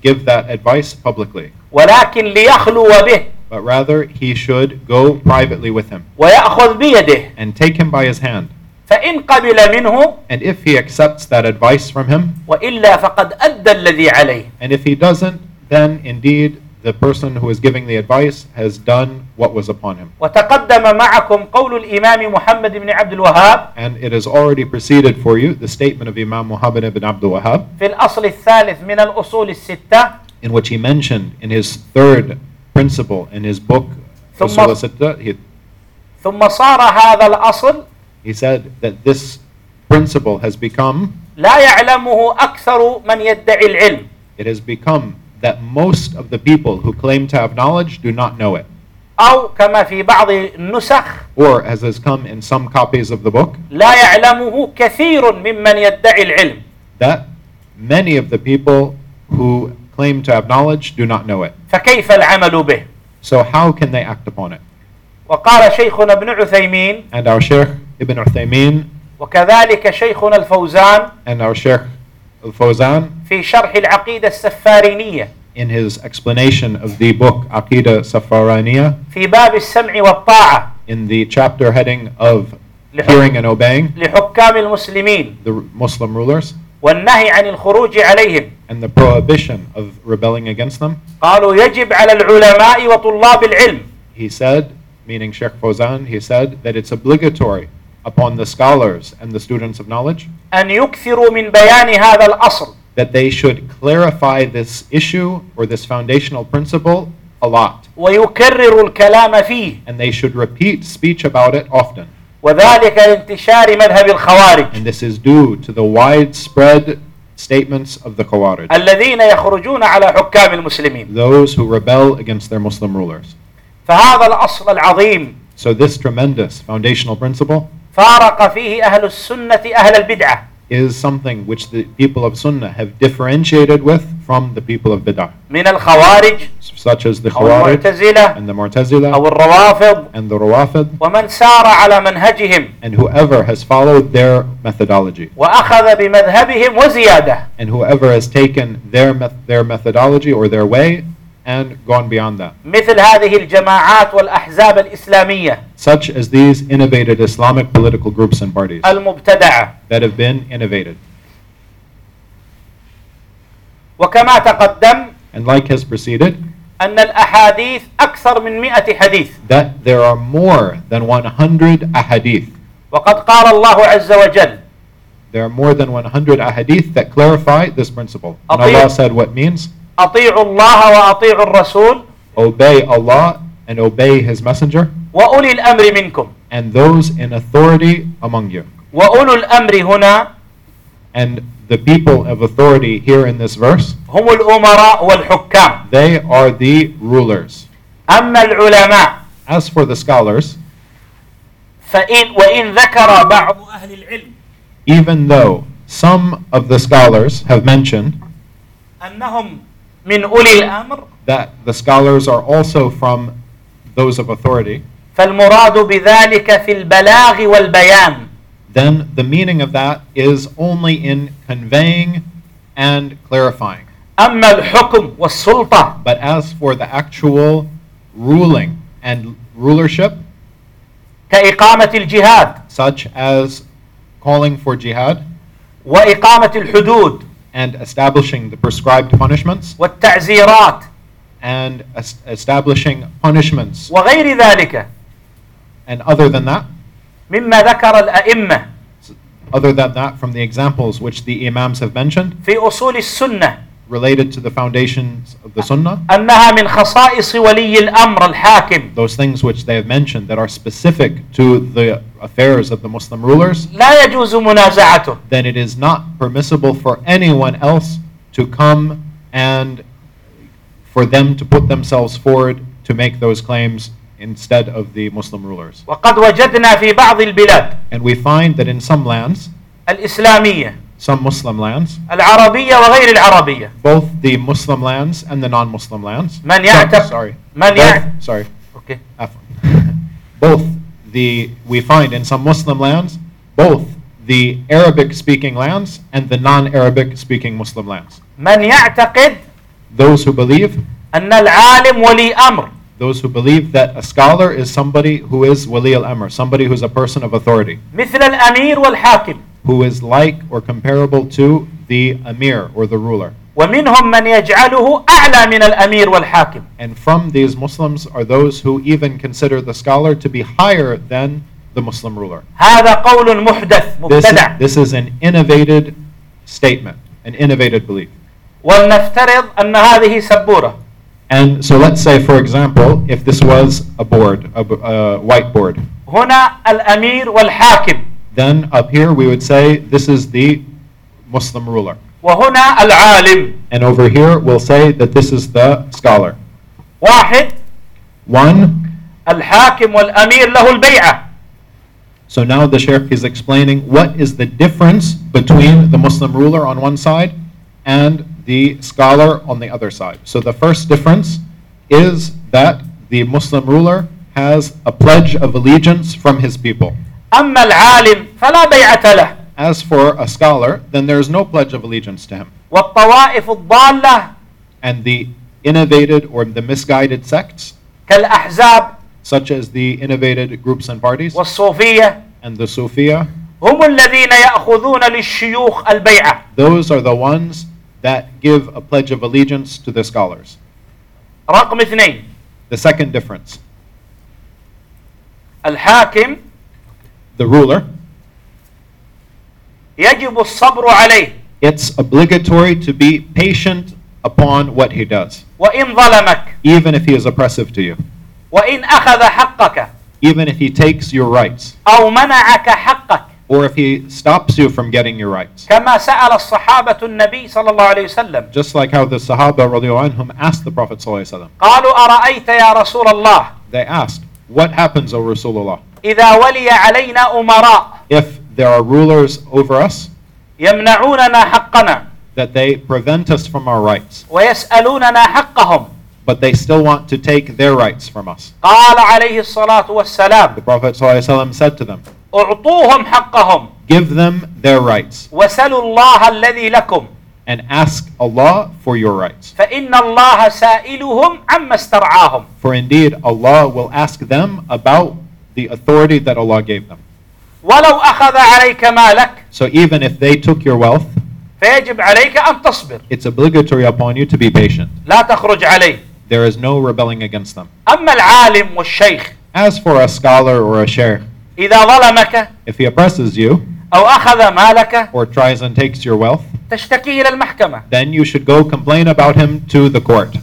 Speaker 2: give that advice publicly,
Speaker 1: ولكن ليخلو به
Speaker 2: but rather he should go privately with him
Speaker 1: ويأخذ بيده
Speaker 2: and take him by his hand.
Speaker 1: فإن قبل منه
Speaker 2: And if he accepts that advice from him,
Speaker 1: وإلا فقد أدى الذي عليه
Speaker 2: And if he doesn't, then indeed the person who is giving the advice has done what was upon him.
Speaker 1: وتقدم معكم قول الإمام محمد بن عبد الوهاب
Speaker 2: And it is already preceded for you the statement of Imam Muhammad ibn Abdul Wahhab,
Speaker 1: في الأصل الثالث من الأصول الستة
Speaker 2: in which he mentioned in his third principle in his book,
Speaker 1: ثم-
Speaker 2: Usul al-Sittah, he,
Speaker 1: ثم صار هذا الأصل
Speaker 2: he said that this principle has become,
Speaker 1: لا يعلمه أكثر من يدعي العلم
Speaker 2: it has become that most of the people who claim to have knowledge do not know it.
Speaker 1: أو كما في بعض النسخ
Speaker 2: Or, as has come in some copies of the book,
Speaker 1: لا يعلمه كثير ممن يدعي العلم
Speaker 2: that many of the people who claim to have knowledge do not know it.
Speaker 1: فكيف العمل به
Speaker 2: So how can they act upon it?
Speaker 1: وقال شيخنا ابن عثيمين
Speaker 2: And our Sheikh Ibn Uthaymeen
Speaker 1: وكذلك شيخنا الفوزان
Speaker 2: and our Sheikh Al Fawzan
Speaker 1: في شرح العقيدة السفارينية
Speaker 2: in his explanation of the book Aqidah Safaraniya
Speaker 1: في باب السمع والطاعة
Speaker 2: in the chapter heading of
Speaker 1: لحك-
Speaker 2: hearing and obeying
Speaker 1: لحكام المسلمين
Speaker 2: the Muslim rulers
Speaker 1: والنهي عن الخروج عليهم
Speaker 2: and the prohibition of rebelling against them,
Speaker 1: قالوا يجب على العلماء وطلاب العلم
Speaker 2: he said, meaning Sheikh Fawzan, he said that it's obligatory upon the scholars and the students of knowledge
Speaker 1: أن يكثروا من بيان هذا الأصل
Speaker 2: that they should clarify this issue or this foundational principle a lot,
Speaker 1: ويكرر الكلام فيه
Speaker 2: and they should repeat speech about it often.
Speaker 1: وذلك لانتشار مذهب الخوارج
Speaker 2: And this is due to the widespread statements of the Khawarij,
Speaker 1: الذين يخرجون على حكام المسلمين
Speaker 2: those who rebel against their Muslim rulers.
Speaker 1: فهذا الأصل العظيم
Speaker 2: So, this tremendous foundational principle
Speaker 1: فارق فيه أهل السنة أهل البدعة
Speaker 2: is something which the people of Sunnah have differentiated with from the people of Bid'ah,
Speaker 1: من الخوارج
Speaker 2: such as the
Speaker 1: أو
Speaker 2: Khawarij
Speaker 1: المعتزلة
Speaker 2: and the Mu'tazila
Speaker 1: أو الروافض
Speaker 2: and the Rawafid,
Speaker 1: ومن سار على منهجهم
Speaker 2: and whoever has followed their methodology,
Speaker 1: وأخذ بمذهبهم وزيادة
Speaker 2: and whoever has taken their, meth- their methodology or their way and gone beyond that,
Speaker 1: مثل هذه الجماعات والأحزاب الإسلامية
Speaker 2: such as these innovated Islamic political groups and parties
Speaker 1: المبتدعة
Speaker 2: that have been innovated.
Speaker 1: وكما تقدم
Speaker 2: And like has preceded,
Speaker 1: أن الأحاديث أكثر من مئة حديث
Speaker 2: that there are more than 100 ahadith.
Speaker 1: وقد قال الله عز وجل
Speaker 2: There are more than 100 ahadith that clarify this principle. And
Speaker 1: Atia-
Speaker 2: Allah said what means?
Speaker 1: أطيعوا الله وأطيعوا الرسول
Speaker 2: Obey Allah and obey His Messenger
Speaker 1: وأولي الأمر منكم
Speaker 2: and those in authority among you.
Speaker 1: وأولو الأمر هنا
Speaker 2: And the people of authority here in this verse,
Speaker 1: هم الأمراء والحكام
Speaker 2: they are the rulers.
Speaker 1: أما العلماء
Speaker 2: As for the scholars,
Speaker 1: فإن وإن ذكر بعض أهل العلم
Speaker 2: even though some of the scholars have mentioned
Speaker 1: أنهم من أولي الأمر
Speaker 2: that the scholars are also from those of authority,
Speaker 1: فالمراد بذلك في البلاغ والبيان
Speaker 2: then the meaning of that is only in conveying and clarifying.
Speaker 1: أما الحكم والسلطة
Speaker 2: But as for the actual ruling and rulership,
Speaker 1: كإقامة الجهاد
Speaker 2: such as calling for jihad
Speaker 1: وإقامة الحدود
Speaker 2: and establishing the prescribed punishments
Speaker 1: والتعزيرات
Speaker 2: and es- establishing punishments
Speaker 1: وغير ذلك
Speaker 2: and other than that,
Speaker 1: مما ذكر الأئمة
Speaker 2: other than that from the examples which the imams have mentioned
Speaker 1: في أصول السنة
Speaker 2: related to the foundations of the sunnah,
Speaker 1: أنها من خصائص ولي الأمر الحاكم
Speaker 2: those things which they have mentioned that are specific to the affairs of the Muslim rulers,
Speaker 1: لا يجوز منازعته
Speaker 2: then it is not permissible for anyone else to come and for them to put themselves forward to make those claims instead of the Muslim rulers.
Speaker 1: وقد وجدنا في بعض البلاد
Speaker 2: And we find that in some lands,
Speaker 1: الإسلامية
Speaker 2: some Muslim lands,
Speaker 1: العربية وغير العربية
Speaker 2: both the Muslim lands and the non-Muslim lands.
Speaker 1: من
Speaker 2: So-
Speaker 1: يعتق-
Speaker 2: sorry.
Speaker 1: من
Speaker 2: Both-
Speaker 1: يعت-
Speaker 2: sorry.
Speaker 1: أوكي.
Speaker 2: Afwan. [LAUGHS] both the we find in some Muslim lands, both the Arabic-speaking lands and the non-Arabic-speaking Muslim lands.
Speaker 1: من يعتقد
Speaker 2: Those who believe,
Speaker 1: أن العالم ولي أمر
Speaker 2: those who believe that a scholar is somebody who is wali al-amr, somebody who's a person of authority,
Speaker 1: مثل الأمير والحاكم
Speaker 2: who is like or comparable to the amir or the ruler.
Speaker 1: ومنهم من يجعله أعلى من الأمير والحاكم
Speaker 2: And from these Muslims are those who even consider the scholar to be higher than the Muslim ruler.
Speaker 1: هذا قول محدث
Speaker 2: This is,
Speaker 1: مبتدع
Speaker 2: this is an innovated statement, an innovated belief.
Speaker 1: ولنفترض أن هذه سبورة
Speaker 2: And so let's say, for example, if this was a board, a, b- a whiteboard,
Speaker 1: هنا الأمير والحاكم
Speaker 2: then up here we would say this is the Muslim ruler.
Speaker 1: وهنا العالم
Speaker 2: And over here we'll say that this is the scholar.
Speaker 1: واحد
Speaker 2: One,
Speaker 1: الحاكم والأمير له البيعة
Speaker 2: so now the sheikh is explaining what is the difference between the Muslim ruler on one side and the scholar on the other side. So the first difference is that the Muslim ruler has a pledge of allegiance from his people.
Speaker 1: أما العالم فلا بيعة له
Speaker 2: As for a scholar, then there is no pledge of allegiance to him.
Speaker 1: والطوائف الضالة
Speaker 2: And the innovated or the misguided sects,
Speaker 1: كالأحزاب
Speaker 2: such as the innovated groups and parties,
Speaker 1: والصوفية
Speaker 2: and the Sufia,
Speaker 1: هم الذين يأخذون للشيوخ البيعة
Speaker 2: those are the ones that give a pledge of allegiance to the scholars.
Speaker 1: رقم اثنين
Speaker 2: The second difference
Speaker 1: الحاكم
Speaker 2: the ruler,
Speaker 1: يجب الصبر عليه
Speaker 2: it's obligatory to be patient upon what he does,
Speaker 1: وإن ظلمك
Speaker 2: even if he is oppressive to you,
Speaker 1: وإن أخذ حقك
Speaker 2: even if he takes your rights,
Speaker 1: أو منعك حقك
Speaker 2: or if he stops you from getting your rights.
Speaker 1: كما سأل الصحابة النبي صلى الله عليه وسلم
Speaker 2: Just like how the Sahaba رضي الله عنهم, asked the Prophet صلى الله عليه وسلم,
Speaker 1: قالوا أرأيت يا رسول الله
Speaker 2: they asked, What happens, O Rasulullah,
Speaker 1: إذا ولي علينا أمراء
Speaker 2: if there are rulers over us
Speaker 1: يمنعوننا حقنا
Speaker 2: that they prevent us from our rights,
Speaker 1: ويسألوننا حقهم
Speaker 2: but they still want to take their rights from us?
Speaker 1: قال عليه الصلاة والسلام
Speaker 2: The Prophet ﷺ said to them,
Speaker 1: أعطوهم حقهم
Speaker 2: Give them their rights
Speaker 1: وسلوا الله الذي لكم
Speaker 2: and ask Allah for your rights.
Speaker 1: فإن الله سائلهم عما استرعاهم
Speaker 2: For indeed, Allah will ask them about the authority that Allah gave them.
Speaker 1: ولو أخذ عليك مالك
Speaker 2: So even if they took your wealth,
Speaker 1: فيجب عليك أن تصبر
Speaker 2: it's obligatory upon you to be patient.
Speaker 1: لا تخرج عليه
Speaker 2: There is no rebelling against them.
Speaker 1: أما العالم والشيخ
Speaker 2: As for a scholar or a sheikh,
Speaker 1: إذا ظلمك
Speaker 2: if he oppresses you
Speaker 1: أو أخذ مالك
Speaker 2: or tries and takes your wealth,
Speaker 1: تشتكي إلى المحكمة
Speaker 2: then you should go complain about him to the court.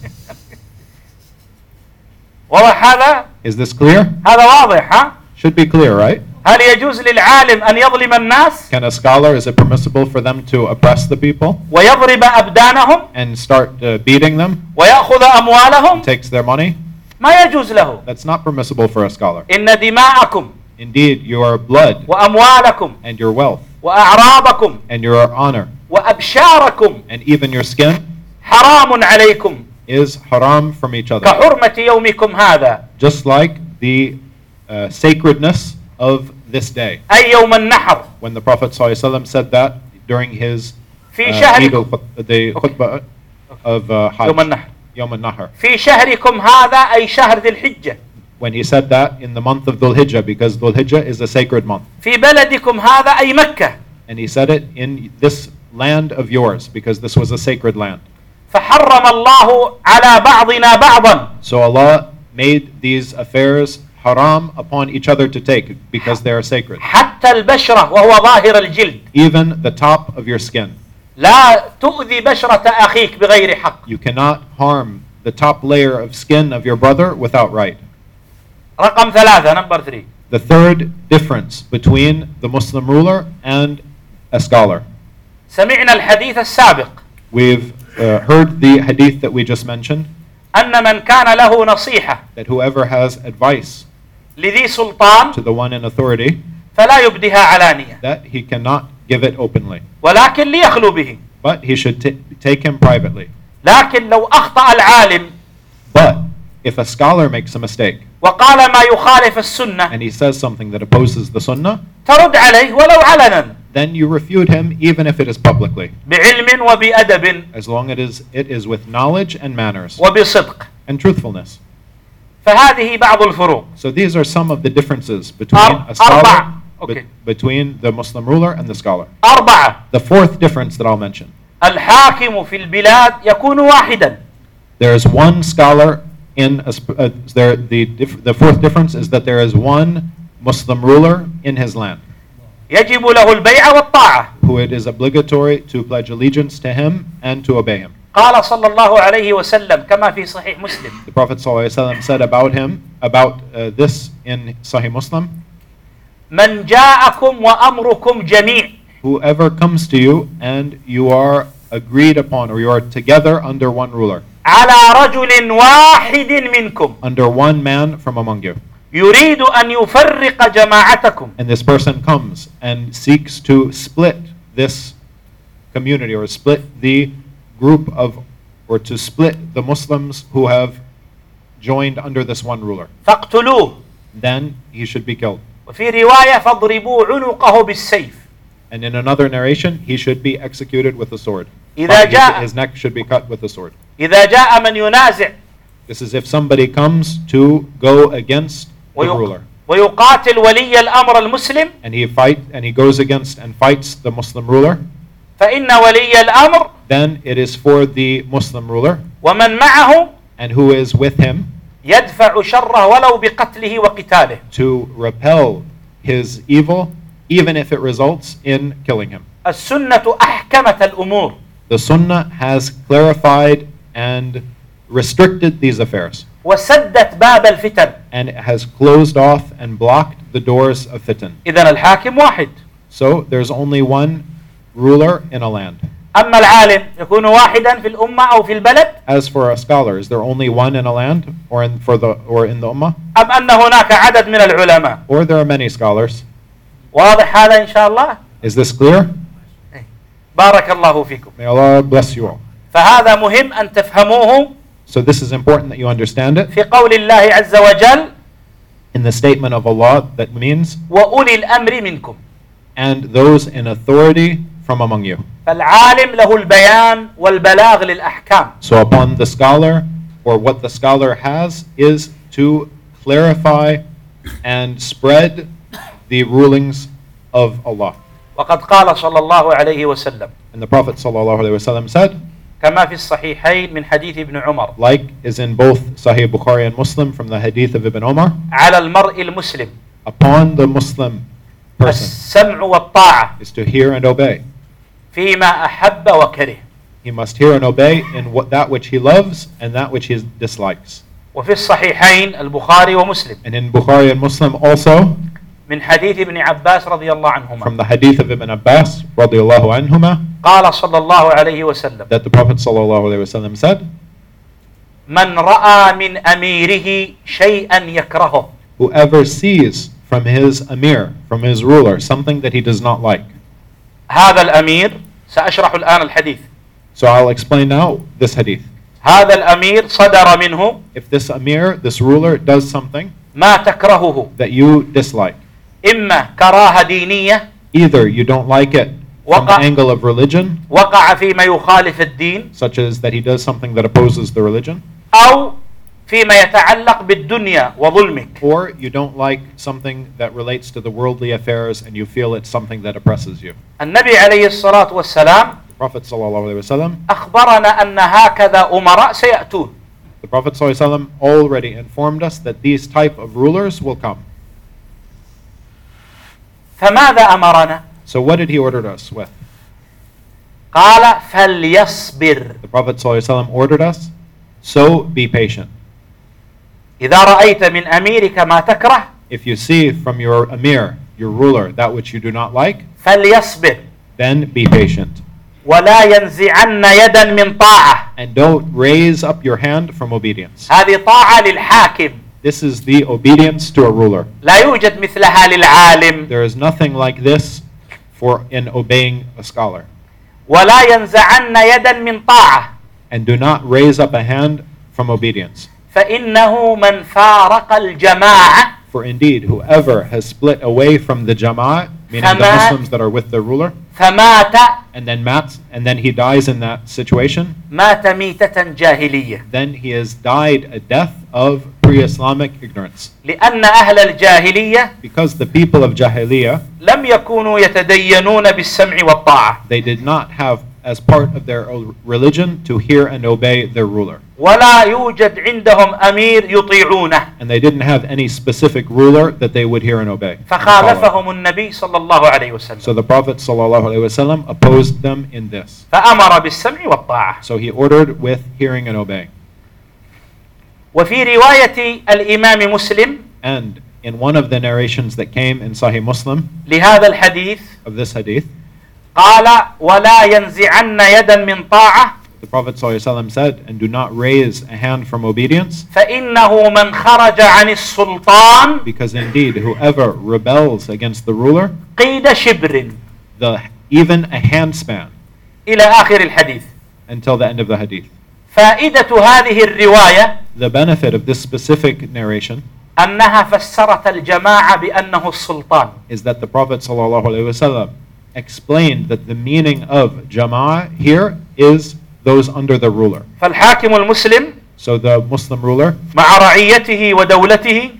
Speaker 1: وهذا
Speaker 2: Is this clear?
Speaker 1: هذا واضح ها
Speaker 2: Should be clear, right?
Speaker 1: هل يجوز للعالم أن يظلم الناس
Speaker 2: Can a scholar, is it permissible for them to oppress the people
Speaker 1: ويضرب أبدانهم
Speaker 2: and start uh, beating them,
Speaker 1: ويأخذ أموالهم
Speaker 2: takes their money?
Speaker 1: ما يجوز له
Speaker 2: That's not permissible for a scholar.
Speaker 1: إن دماءكم
Speaker 2: Indeed, your blood
Speaker 1: وأموالكم
Speaker 2: and your wealth
Speaker 1: وأعراضكم
Speaker 2: and your honor
Speaker 1: وأبشاركم
Speaker 2: and even your skin
Speaker 1: حرام عليكم
Speaker 2: is haram from each other.
Speaker 1: كحرمة يومكم هذا
Speaker 2: Just like the uh, sacredness of this day.
Speaker 1: أي يوم النحر
Speaker 2: When the Prophet ﷺ said that during his
Speaker 1: في
Speaker 2: uh,
Speaker 1: شهر-
Speaker 2: Eid al-Khut- the khutbah of uh, Hajj.
Speaker 1: يوم النحر.
Speaker 2: Yawm al-Nahr.
Speaker 1: في شهركم هذا أي شهر ذي الحجة
Speaker 2: when he said that in the month of Dhul Hijjah, because Dhul Hijjah is a sacred month.
Speaker 1: في بلدكم هذا أي مكة
Speaker 2: And he said it in this land of yours, because this was a sacred land.
Speaker 1: فحرم الله على بعضنا بعضا
Speaker 2: So Allah made these affairs haram upon each other to take, because they are sacred.
Speaker 1: حتى البشرة وهو ظاهر الجلد
Speaker 2: Even the top of your skin.
Speaker 1: لا تؤذي بشرة أخيك بغير حق
Speaker 2: You cannot harm the top layer of skin of your brother without right.
Speaker 1: رقم ثلاثة نمبر ثري
Speaker 2: The third difference between the Muslim ruler and a scholar.
Speaker 1: سمعنا الحديث السابق
Speaker 2: We've uh, heard the hadith that we just mentioned,
Speaker 1: أن من كان له نصيحة
Speaker 2: that whoever has advice
Speaker 1: لذي
Speaker 2: to
Speaker 1: سلطان
Speaker 2: the one in authority
Speaker 1: فلا يبديها علانية
Speaker 2: that he cannot give it openly,
Speaker 1: ولكن ليخلو به
Speaker 2: but he should t- take him privately.
Speaker 1: لكن لو أخطأ العالم
Speaker 2: But if a scholar makes a mistake
Speaker 1: وقال ما يخالف السنة
Speaker 2: and he says something that opposes the sunnah,
Speaker 1: ترد عليه ولو علنا
Speaker 2: then you refute him even if it is publicly,
Speaker 1: بعلم وبأدب
Speaker 2: as long as it is with knowledge and manners
Speaker 1: وبصدق
Speaker 2: and truthfulness.
Speaker 1: فهذه بعض الفروق
Speaker 2: So these are some of the differences between
Speaker 1: Ar-
Speaker 2: a scholar,
Speaker 1: arba'.
Speaker 2: bet-
Speaker 1: Okay.
Speaker 2: between the Muslim ruler and the scholar.
Speaker 1: أربعة
Speaker 2: The fourth difference that I'll mention
Speaker 1: الحاكم في البلاد يكون واحدا
Speaker 2: There is one scholar in, a sp- uh, there, the, dif- the fourth difference is that there is one Muslim ruler in his land,
Speaker 1: يجب له البيع والطاعة
Speaker 2: who it is obligatory to pledge allegiance to him and to obey him.
Speaker 1: قال صلى الله عليه وسلم كما في صحيح مسلم
Speaker 2: The Prophet ﷺ said about him, about uh, this in Sahih Muslim,
Speaker 1: من جاءكم وأمركم جميع
Speaker 2: whoever comes to you and you are agreed upon or you are together under one ruler,
Speaker 1: على رجل واحد منكم
Speaker 2: under one man from among you,
Speaker 1: يريد أن يفرق جماعتكم
Speaker 2: and this person comes and seeks to split this community or split the group of or to split the Muslims who have joined under this one ruler,
Speaker 1: فاقتلوه
Speaker 2: then he should be killed.
Speaker 1: وفي رواية فاضربوا عنقه بالسيف
Speaker 2: And in another narration, he should be executed with a sword.
Speaker 1: إذا
Speaker 2: His-
Speaker 1: جاء-
Speaker 2: His neck should be cut with a sword.
Speaker 1: إذا جاء من ينازع
Speaker 2: This is if somebody comes to go against the
Speaker 1: ويق-
Speaker 2: ruler
Speaker 1: ويقاتل ولي الأمر المسلم
Speaker 2: and he fight and he goes against and fights the Muslim ruler,
Speaker 1: فإن ولي الأمر
Speaker 2: then it is for the Muslim ruler
Speaker 1: ومن معه
Speaker 2: and who is with him
Speaker 1: يدفع شره ولو بقتله وقتاله
Speaker 2: to repel his evil, even if it results in killing him.
Speaker 1: السنة أحكمت الأمور
Speaker 2: The Sunnah has clarified and restricted these affairs,
Speaker 1: وسدت باب الفتن
Speaker 2: and it has closed off and blocked the doors of fitan.
Speaker 1: إذا الحاكم واحد
Speaker 2: So there's only one ruler in a land.
Speaker 1: أما العالم يكون واحدا في الأمة أو في البلد
Speaker 2: As for a scholar, is there only one in a land, or in for the or in the ummah,
Speaker 1: أم أن هناك عدد من العلماء
Speaker 2: or there are many scholars?
Speaker 1: واضح هذا إن شاء الله إيه.
Speaker 2: Is this clear?
Speaker 1: بارك الله فيكم
Speaker 2: May Allah bless you all.
Speaker 1: فهذا مهم أن تفهموه
Speaker 2: So this is important that you understand it
Speaker 1: في قول الله عز وجل
Speaker 2: in the statement of Allah that means,
Speaker 1: وأولي الأمر منكم
Speaker 2: and those in authority from among you.
Speaker 1: فالعالم له البيان والبلاغ للأحكام
Speaker 2: So upon the scholar, or what the scholar has, is to clarify and spread the rulings of Allah.
Speaker 1: وقد قال صلى الله عليه وسلم
Speaker 2: And the Prophet ﷺ said,
Speaker 1: كما في الصحيحين من حديث ابن عمر
Speaker 2: like is in both Sahih Bukhari and Muslim from the hadith of Ibn Omar,
Speaker 1: على المرء المسلم
Speaker 2: upon the Muslim person
Speaker 1: السمع والطاعة
Speaker 2: is to hear and obey.
Speaker 1: فيما أحب وكره
Speaker 2: He must hear and obey in what, that which he loves and that which he dislikes.
Speaker 1: وفي الصحيحين البخاري ومسلم
Speaker 2: And in Bukhari and Muslim also,
Speaker 1: من حديث ابن عباس رضي الله
Speaker 2: from
Speaker 1: عنهما
Speaker 2: the hadith of Ibn Abbas, radiallahu anhuma,
Speaker 1: قال صلى الله عليه وسلم
Speaker 2: that the Prophet ﷺ said,
Speaker 1: من رأى من أميره شيئا يكرهه
Speaker 2: Whoever sees from his Amir, from his ruler, something that he does not like.
Speaker 1: هذا الأمير سأشرح الآن الحديث
Speaker 2: So I'll explain now this hadith.
Speaker 1: هذا الأمير صدر منه
Speaker 2: If this Amir, this ruler, does something
Speaker 1: ما تكرهه
Speaker 2: that you dislike,
Speaker 1: إما كراهة دينية
Speaker 2: either you don't like it from the
Speaker 1: Waqa-
Speaker 2: angle of religion,
Speaker 1: وقع فيما يخالف الدين
Speaker 2: such as that he does something that opposes the religion,
Speaker 1: أو فيما يتعلق بالدنيا وظلمك
Speaker 2: or you don't like something that relates to the worldly affairs and you feel it's something that oppresses you.
Speaker 1: النبي عليه الصلاة والسلام
Speaker 2: The Prophet ﷺ
Speaker 1: أخبرنا أن هكذا أمراء سيأتون
Speaker 2: The Prophet ﷺ already informed us that these type of rulers will come.
Speaker 1: فماذا أمرنا؟
Speaker 2: So what did he order us with?
Speaker 1: قال فليصبر
Speaker 2: The Prophet ﷺ ordered us, so be patient.
Speaker 1: إذا رأيت من أميرك ما تكره
Speaker 2: If you see from your emir, your ruler, that which you do not like,
Speaker 1: فليصبر
Speaker 2: then be patient.
Speaker 1: ولا ينزعن يدا من طاعة
Speaker 2: And don't raise up your hand from obedience.
Speaker 1: هذه طاعة للحاكم
Speaker 2: This is the obedience to a ruler.
Speaker 1: لا يوجد مثلها للعالم
Speaker 2: There is nothing like this for in obeying a scholar.
Speaker 1: ولا ينزعن يدا من طاعة
Speaker 2: And do not raise up a hand from obedience.
Speaker 1: فإنه من فارق الجماعة
Speaker 2: For indeed, whoever has split away from the Jama'at, meaning the
Speaker 1: Jama'at.
Speaker 2: Muslims that are with their ruler,
Speaker 1: فمات
Speaker 2: and then mats, and then he dies in that situation,
Speaker 1: مات ميتة جاهلية
Speaker 2: then he has died a death of pre-Islamic ignorance.
Speaker 1: لأن أهل الجاهلية
Speaker 2: Because the people of Jahiliyyah,
Speaker 1: لم يكونوا يتدينون بالسمع والطاعة
Speaker 2: they did not have as part of their o- religion to hear and obey their ruler.
Speaker 1: ولا يوجد عندهم أمير يطيعونه
Speaker 2: And they didn't have any specific ruler that they would hear and obey. and follow.
Speaker 1: فخالفهم النبي صلى الله عليه
Speaker 2: So
Speaker 1: وسلم
Speaker 2: the Prophet ﷺ opposed them in this.
Speaker 1: فأمر بالسمع والطاعة
Speaker 2: So he ordered with hearing and obeying.
Speaker 1: وفي رواية الإمام مسلم
Speaker 2: And in one of the narrations that came in Sahih Muslim
Speaker 1: لهذا الحديث
Speaker 2: of this hadith,
Speaker 1: قال ولا ينزعن يدا من طاعة
Speaker 2: the Prophet ﷺ said, And do not raise a hand from obedience,
Speaker 1: فإنه من خرج عن السلطان
Speaker 2: because indeed whoever rebels against the ruler,
Speaker 1: قيد شبر
Speaker 2: the even a handspan
Speaker 1: إلى آخر الحديث
Speaker 2: until the end of the hadith.
Speaker 1: فائدة هذه الرواية
Speaker 2: The benefit of this specific narration
Speaker 1: أنها فسرت الجماعة بأنه السلطان
Speaker 2: is that the Prophet ﷺ explained that the meaning of jama'ah here is those under the ruler.
Speaker 1: فالحاكم المسلم
Speaker 2: So the Muslim ruler
Speaker 1: مع رعيته ودولته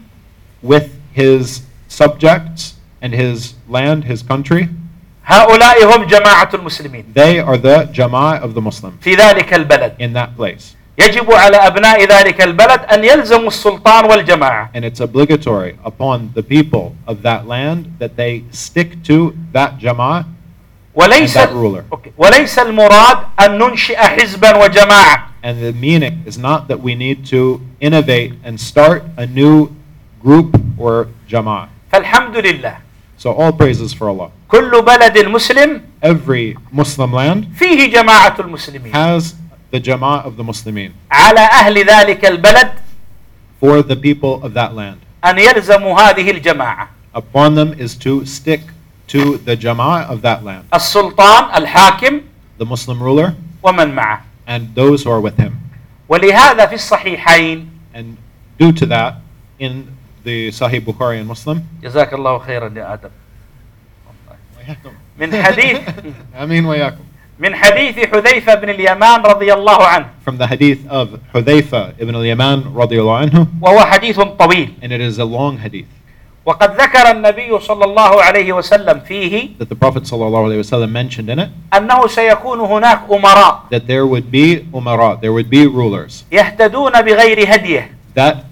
Speaker 2: with his subjects and his land, his country,
Speaker 1: هؤلاء هم جماعة المسلمين
Speaker 2: they are the Jama'ah of the Muslim
Speaker 1: في ذلك البلد
Speaker 2: in that place.
Speaker 1: يجب على أبناء ذلك البلد أن يلزموا السلطان والجماعة
Speaker 2: And it's obligatory upon the people of that land that they stick to that Jama'ah
Speaker 1: وليس
Speaker 2: And that ruler.
Speaker 1: أوكي. وليس المراد أن ننشئ حزبا وجماعة
Speaker 2: And the meaning is not that we need to innovate and start a new group or jama'ah.
Speaker 1: فالحمد لله
Speaker 2: So all praises for Allah.
Speaker 1: كل بلد مسلم
Speaker 2: Every Muslim land
Speaker 1: فيه جماعة المسلمين
Speaker 2: has the jama'ah of the Muslimin
Speaker 1: على أهل ذلك البلد
Speaker 2: for the people of that land.
Speaker 1: أن يلزموا هذه الجماعة
Speaker 2: Upon them is to stick to the jama'ah of that land,
Speaker 1: السلطان الحاكم
Speaker 2: the Muslim ruler
Speaker 1: ومن معه
Speaker 2: and those who are with him.
Speaker 1: ولهذا في الصحيحين
Speaker 2: And due to that, in the Sahih Bukhari and Muslim,
Speaker 1: جزاك الله خيرا يا آدم من
Speaker 2: [LAUGHS]
Speaker 1: حديث
Speaker 2: Ameen wa yakum.
Speaker 1: من حديث حذيفة بن اليمان رضي الله عنه
Speaker 2: From the hadith of Hudayfa ibn al-Yaman radiallahu anhu,
Speaker 1: وهو حديث طويل
Speaker 2: and it is a long hadith
Speaker 1: وقد ذكر النبي صلى الله عليه وسلم فيه
Speaker 2: that the Prophet ﷺ mentioned in it
Speaker 1: أنه سيكون هناك أمراء
Speaker 2: that there would be umarat, there would be rulers
Speaker 1: يهتدون بغير هديه
Speaker 2: that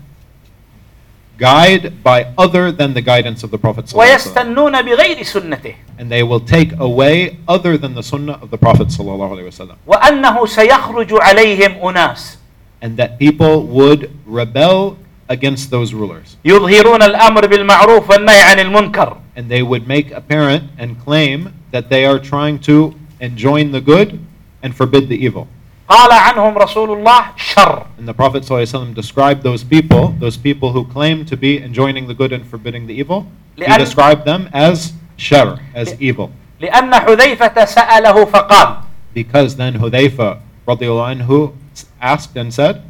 Speaker 2: guide by other than the guidance of the Prophet ﷺ.
Speaker 1: ويستنون بغير سنته
Speaker 2: and they will take away other than the sunnah of the Prophet ﷺ.
Speaker 1: وأنه سيخرج عليهم أناس
Speaker 2: and that people would rebel against those rulers
Speaker 1: يظهرون الأمر بالمعروف والنهي عن المنكر
Speaker 2: and they would make apparent and claim that they are trying to enjoin the good and forbid the evil.
Speaker 1: قال عنهم رسول الله شر
Speaker 2: And the Prophet ﷺ described those people, those people who claim to be enjoining the good and forbidding the evil, he
Speaker 1: لأن-
Speaker 2: described them as shar, as
Speaker 1: ل-
Speaker 2: evil.
Speaker 1: لأن حذيفة سأله فقال
Speaker 2: Because then Hudayfa radiallahu anhu s- asked and said,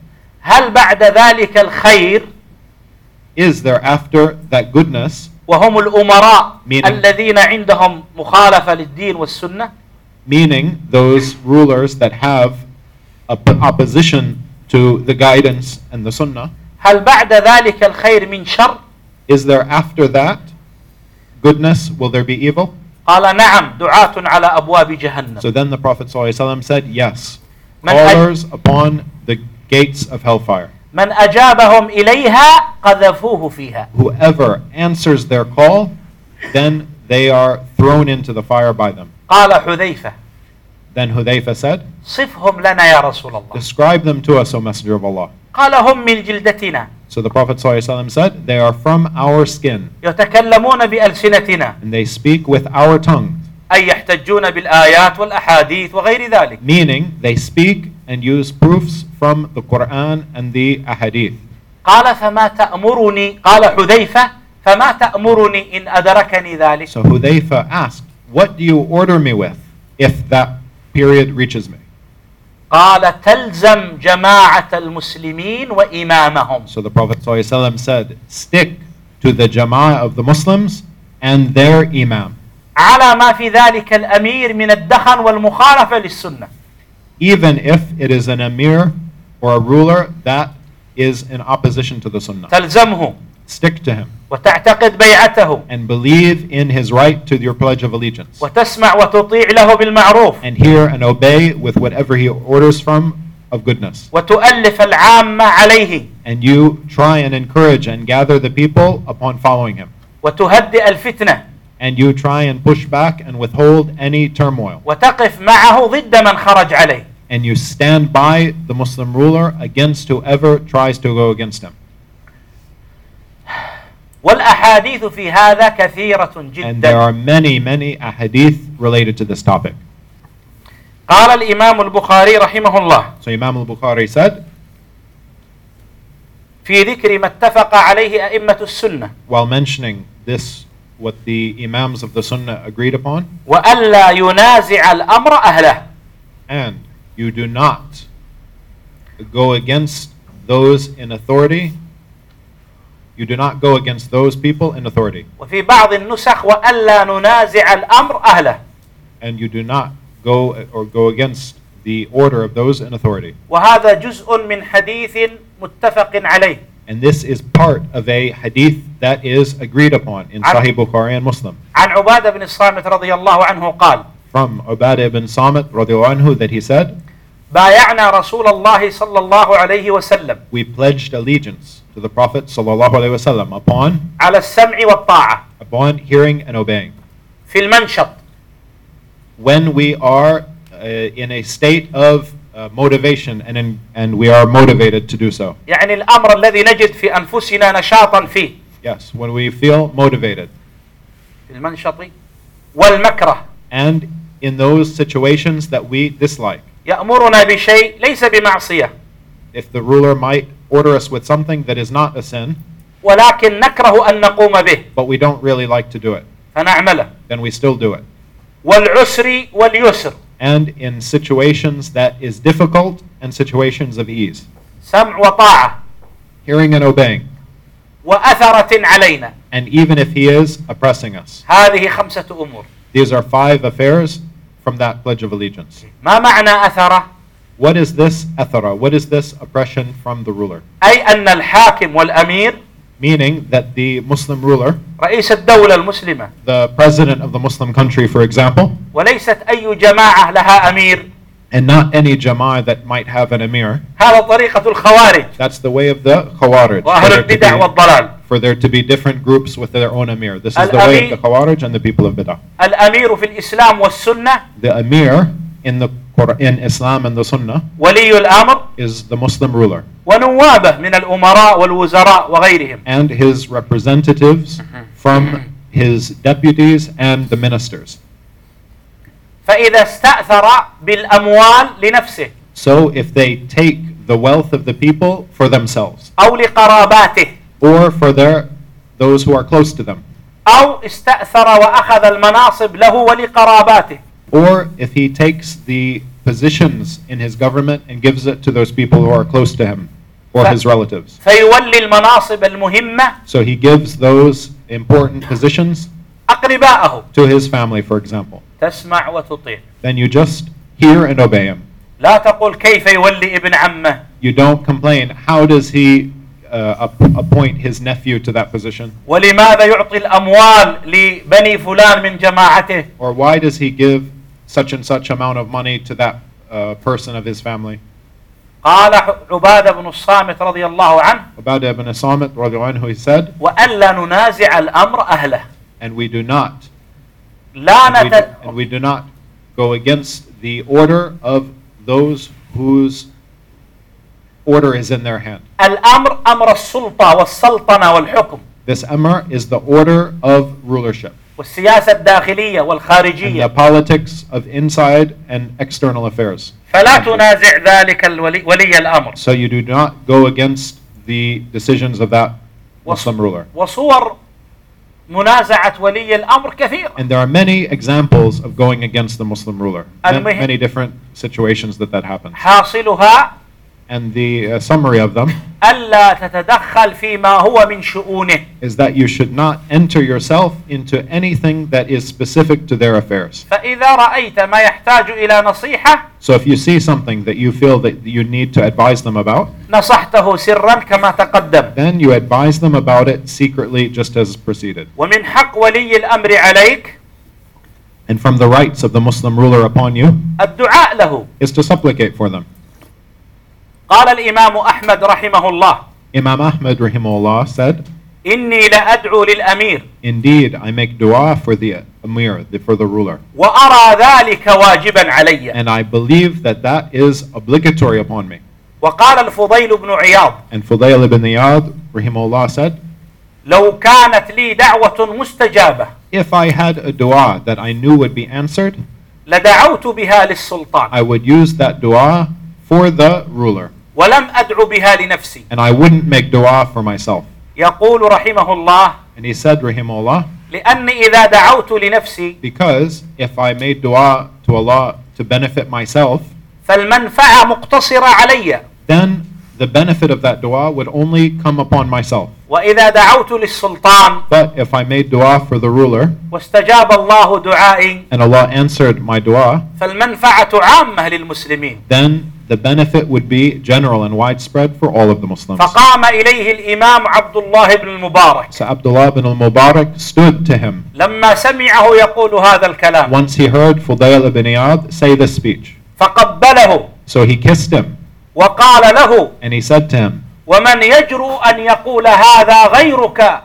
Speaker 1: هل بعد ذلك الخير
Speaker 2: Is there after that goodness,
Speaker 1: وهم الأمراء
Speaker 2: Meaning-
Speaker 1: الذين عندهم مخالفة للدين والسنة
Speaker 2: meaning those rulers that have a p- opposition to the guidance and the sunnah,
Speaker 1: هل بعد ذلك الخير من شر
Speaker 2: Is there after that goodness? Will there be evil?
Speaker 1: قال نعم دعاة على أبواب جهنم
Speaker 2: So then the Prophet ﷺ said, Yes.
Speaker 1: Man had-
Speaker 2: Callers upon the gates of hellfire.
Speaker 1: من أجابهم إليها قذفوه فيها
Speaker 2: Whoever answers their call, then they are thrown into the fire by them.
Speaker 1: قال حذيفة
Speaker 2: Then Hudayfa said,
Speaker 1: صفهم لنا يا رسول الله
Speaker 2: Describe them to us, O Messenger of Allah.
Speaker 1: قال هم من جلدتنا
Speaker 2: So the Prophet ﷺ said, They are from our skin,
Speaker 1: يتكلمون بألسنتنا
Speaker 2: and they speak with our tongue.
Speaker 1: أي يحتجون بالآيات والأحاديث وغير ذلك
Speaker 2: Meaning, they speak and use proofs from the Quran and the Ahadith.
Speaker 1: قال فما تأمرني قال حذيفة فما تأمرني إن أدركني ذلك
Speaker 2: So Hudayfa asked, What do you order me with if that period reaches me?
Speaker 1: قال تلزم جماعة المسلمين وإمامهم
Speaker 2: So the Prophet ﷺ said, Stick to the Jama'ah of the Muslims and their Imam,
Speaker 1: على ما في ذلك الأمير من الدخن والمخالفة للسنة
Speaker 2: even if it is an Amir or a ruler that is in opposition to the Sunnah.
Speaker 1: تلزمه
Speaker 2: Stick to him
Speaker 1: وتعتقد بيعته
Speaker 2: and believe in his right to your Pledge of Allegiance
Speaker 1: وتسمع وتطيع له بالمعروف
Speaker 2: and hear and obey with whatever he orders from of goodness.
Speaker 1: وتؤلف العامة عليه
Speaker 2: And you try and encourage and gather the people upon following him.
Speaker 1: وتهدئ الفتنة
Speaker 2: and you try and push back and withhold any turmoil.
Speaker 1: وتقف معه ضد من خرج عليه
Speaker 2: And you stand by the Muslim ruler against whoever tries to go against him.
Speaker 1: والأحاديث في هذا كثيرة
Speaker 2: And there
Speaker 1: جدا
Speaker 2: are many, many ahadith related to this topic.
Speaker 1: قال الإمام البخاري رحمه الله
Speaker 2: So Imam al Bukhari said,
Speaker 1: في ذكر ما اتفق عليه أئمة السنة
Speaker 2: while mentioning this, what the Imams of the Sunnah agreed upon,
Speaker 1: وألا ينازع الأمر أهله
Speaker 2: and you do not go against those in authority, you do not go against those people in authority.
Speaker 1: وفي بعض النسخ وألا ننازع الأمر أهله
Speaker 2: and you do not go or go against the order of those in authority.
Speaker 1: وهذا جزء من حديث متفق عليه
Speaker 2: And this is part of a hadith that is agreed upon in
Speaker 1: Ar-
Speaker 2: Sahih Bukhari and Muslim
Speaker 1: عن عبادة بن الصامت رضي الله عنه قال
Speaker 2: from Ubadah ibn Samit radiallahu anhu that he said,
Speaker 1: بايعنا رسول الله صلى الله عليه وسلم
Speaker 2: "We pledged allegiance to the Prophet sallallahu alaihi wasallam upon
Speaker 1: على السمع والطاعة
Speaker 2: upon hearing and obeying
Speaker 1: في المنشط
Speaker 2: when we are uh, in a state of uh, motivation and, in, and we are motivated to do so.
Speaker 1: يعني الامر الذي نجد في انفسنا نشاطا فيه
Speaker 2: Yes, when we feel motivated.
Speaker 1: المنشط والمكره
Speaker 2: And in those situations that we dislike,
Speaker 1: يامرنا بشيء ليس بمعصيه
Speaker 2: if the ruler might order us with something that is not a sin,
Speaker 1: ولكن نكره ان نقوم به
Speaker 2: but we don't really like to do it,
Speaker 1: فنعمله
Speaker 2: then we still do it.
Speaker 1: والعسر واليسر
Speaker 2: And in situations that is difficult and situations of ease,
Speaker 1: سمع وطاعه
Speaker 2: hearing and obeying,
Speaker 1: واثره علينا
Speaker 2: and even if he is oppressing us.
Speaker 1: هذه خمسه امور
Speaker 2: These are five affairs from that Pledge of Allegiance.
Speaker 1: ما معنى اثره
Speaker 2: What is this ethara? What is this oppression from the ruler?
Speaker 1: اي ان الحاكم والامير
Speaker 2: Meaning that the Muslim ruler,
Speaker 1: رئيس الدوله المسلمه
Speaker 2: the president of the Muslim country, for example,
Speaker 1: وليست اي جماعه لها امير
Speaker 2: and not any jama'ah that might have an emir,
Speaker 1: هذا طريقه الخوارج
Speaker 2: that's the way of the Khawarij. for
Speaker 1: واهل
Speaker 2: there to
Speaker 1: البدع
Speaker 2: be-
Speaker 1: والضلال
Speaker 2: for there to be different groups with their own emir. This is the way of the Khawarij and the people of Bid'ah.
Speaker 1: الامير في الاسلام والسنه
Speaker 2: The emir in the Quran, in Islam and the Sunnah
Speaker 1: ولي الامر
Speaker 2: is the Muslim ruler
Speaker 1: ونوابه من الامراء والوزراء وغيرهم
Speaker 2: and his representatives from his deputies and the ministers.
Speaker 1: فاذا استاثر بالاموال لنفسه
Speaker 2: So if they take the wealth of the people for themselves
Speaker 1: او لقراباته
Speaker 2: or for their those who are close to them,
Speaker 1: او استاثر واخذ المناصب له ولقراباته
Speaker 2: or if he takes the positions in his government and gives it to those people who are close to him or his relatives.
Speaker 1: فيولي المناصب المهمه
Speaker 2: So he gives those important positions
Speaker 1: اقرباءه
Speaker 2: to his family, for example.
Speaker 1: تسمع وتطيع
Speaker 2: Then you just hear and obey him.
Speaker 1: لا تقل كيف يولي ابن عمه
Speaker 2: You don't complain. How does he uh, ap- appoint his nephew to that position?
Speaker 1: ولماذا يعطي الاموال لبني فلان من جماعته
Speaker 2: Or why does he give such and such amount of money to that uh, person of his family?
Speaker 1: قال عباده بن الصامت رضي الله عنه
Speaker 2: About Ibn Asamit, radiallahu anhu, he said,
Speaker 1: والا ننازع الامر اهله
Speaker 2: and we do not,
Speaker 1: لا
Speaker 2: and we do,
Speaker 1: نت...
Speaker 2: and we do not go against the order of those whose order is in their hand.
Speaker 1: الامر امر السلطه والسلطنه والحكم
Speaker 2: This emir is the order of rulership
Speaker 1: والسياسه الداخليه
Speaker 2: and the
Speaker 1: والخارجيه
Speaker 2: politics of inside and external affairs.
Speaker 1: فلا تنازع ذلك الولي ولي الامر
Speaker 2: So you do not go against the decisions of that Muslim ruler.
Speaker 1: وصور منازعه ولي الامر كثيره
Speaker 2: And there are many examples of going against the Muslim ruler.
Speaker 1: Al-Muhim-
Speaker 2: Man- Many different situations that that happens.
Speaker 1: حاصلها
Speaker 2: And the uh, summary of them
Speaker 1: الا تتدخل فيما هو من شؤونه
Speaker 2: is that you should not enter yourself into anything that is specific to their affairs.
Speaker 1: فاذا رايت ما يحتاج الى نصيحه
Speaker 2: So if you see something that you feel that you need to advise them about,
Speaker 1: نصحته سرا كما تقدم
Speaker 2: then you advise them about it secretly just as preceded.
Speaker 1: ومن حق ولي الامر عليك
Speaker 2: And from the rights of the Muslim ruler upon you
Speaker 1: الدعاء له
Speaker 2: is to supplicate for them.
Speaker 1: قال الامام احمد رحمه الله
Speaker 2: Imam Ahmad rahimahullah said,
Speaker 1: اني لادعو للامير
Speaker 2: Indeed, I make dua for the emir, the, for the ruler.
Speaker 1: وارى ذلك واجبا علي
Speaker 2: And I believe that that is obligatory upon me.
Speaker 1: وقال الفضيل بن عياض
Speaker 2: And Fudayl ibn Iyad, rahimahullah, said,
Speaker 1: لو كانت لي دعوه مستجابه
Speaker 2: If I had a dua that I knew would be answered,
Speaker 1: لدعوت بها للسلطان
Speaker 2: I would use that dua for the ruler,
Speaker 1: ولم ادعو بها لنفسي
Speaker 2: and I wouldn't make dua for myself.
Speaker 1: يقول رحمه الله
Speaker 2: And he said, rahimahullah,
Speaker 1: لاني اذا دعوت لنفسي
Speaker 2: because if I made dua to Allah to benefit myself,
Speaker 1: فالمنفعه مقتصره علي
Speaker 2: then the benefit of that dua would only come upon myself.
Speaker 1: واذا دعوت للسلطان
Speaker 2: But if I made dua for the ruler,
Speaker 1: واستجاب الله دعائي
Speaker 2: and Allah answered my dua,
Speaker 1: فالمنفعه عامه للمسلمين
Speaker 2: then the benefit would be general and widespread for all of the Muslims.
Speaker 1: فقام اليه الامام عبد الله بن المبارك
Speaker 2: So Abdullah bin al-Mubarak stood to him
Speaker 1: لما سمعه يقول هذا الكلام
Speaker 2: once he heard Fudayl ibn Iyad say this speech.
Speaker 1: فقبله
Speaker 2: So he kissed him
Speaker 1: وقال له
Speaker 2: and he said to him,
Speaker 1: ومن يجرؤ ان يقول هذا غيرك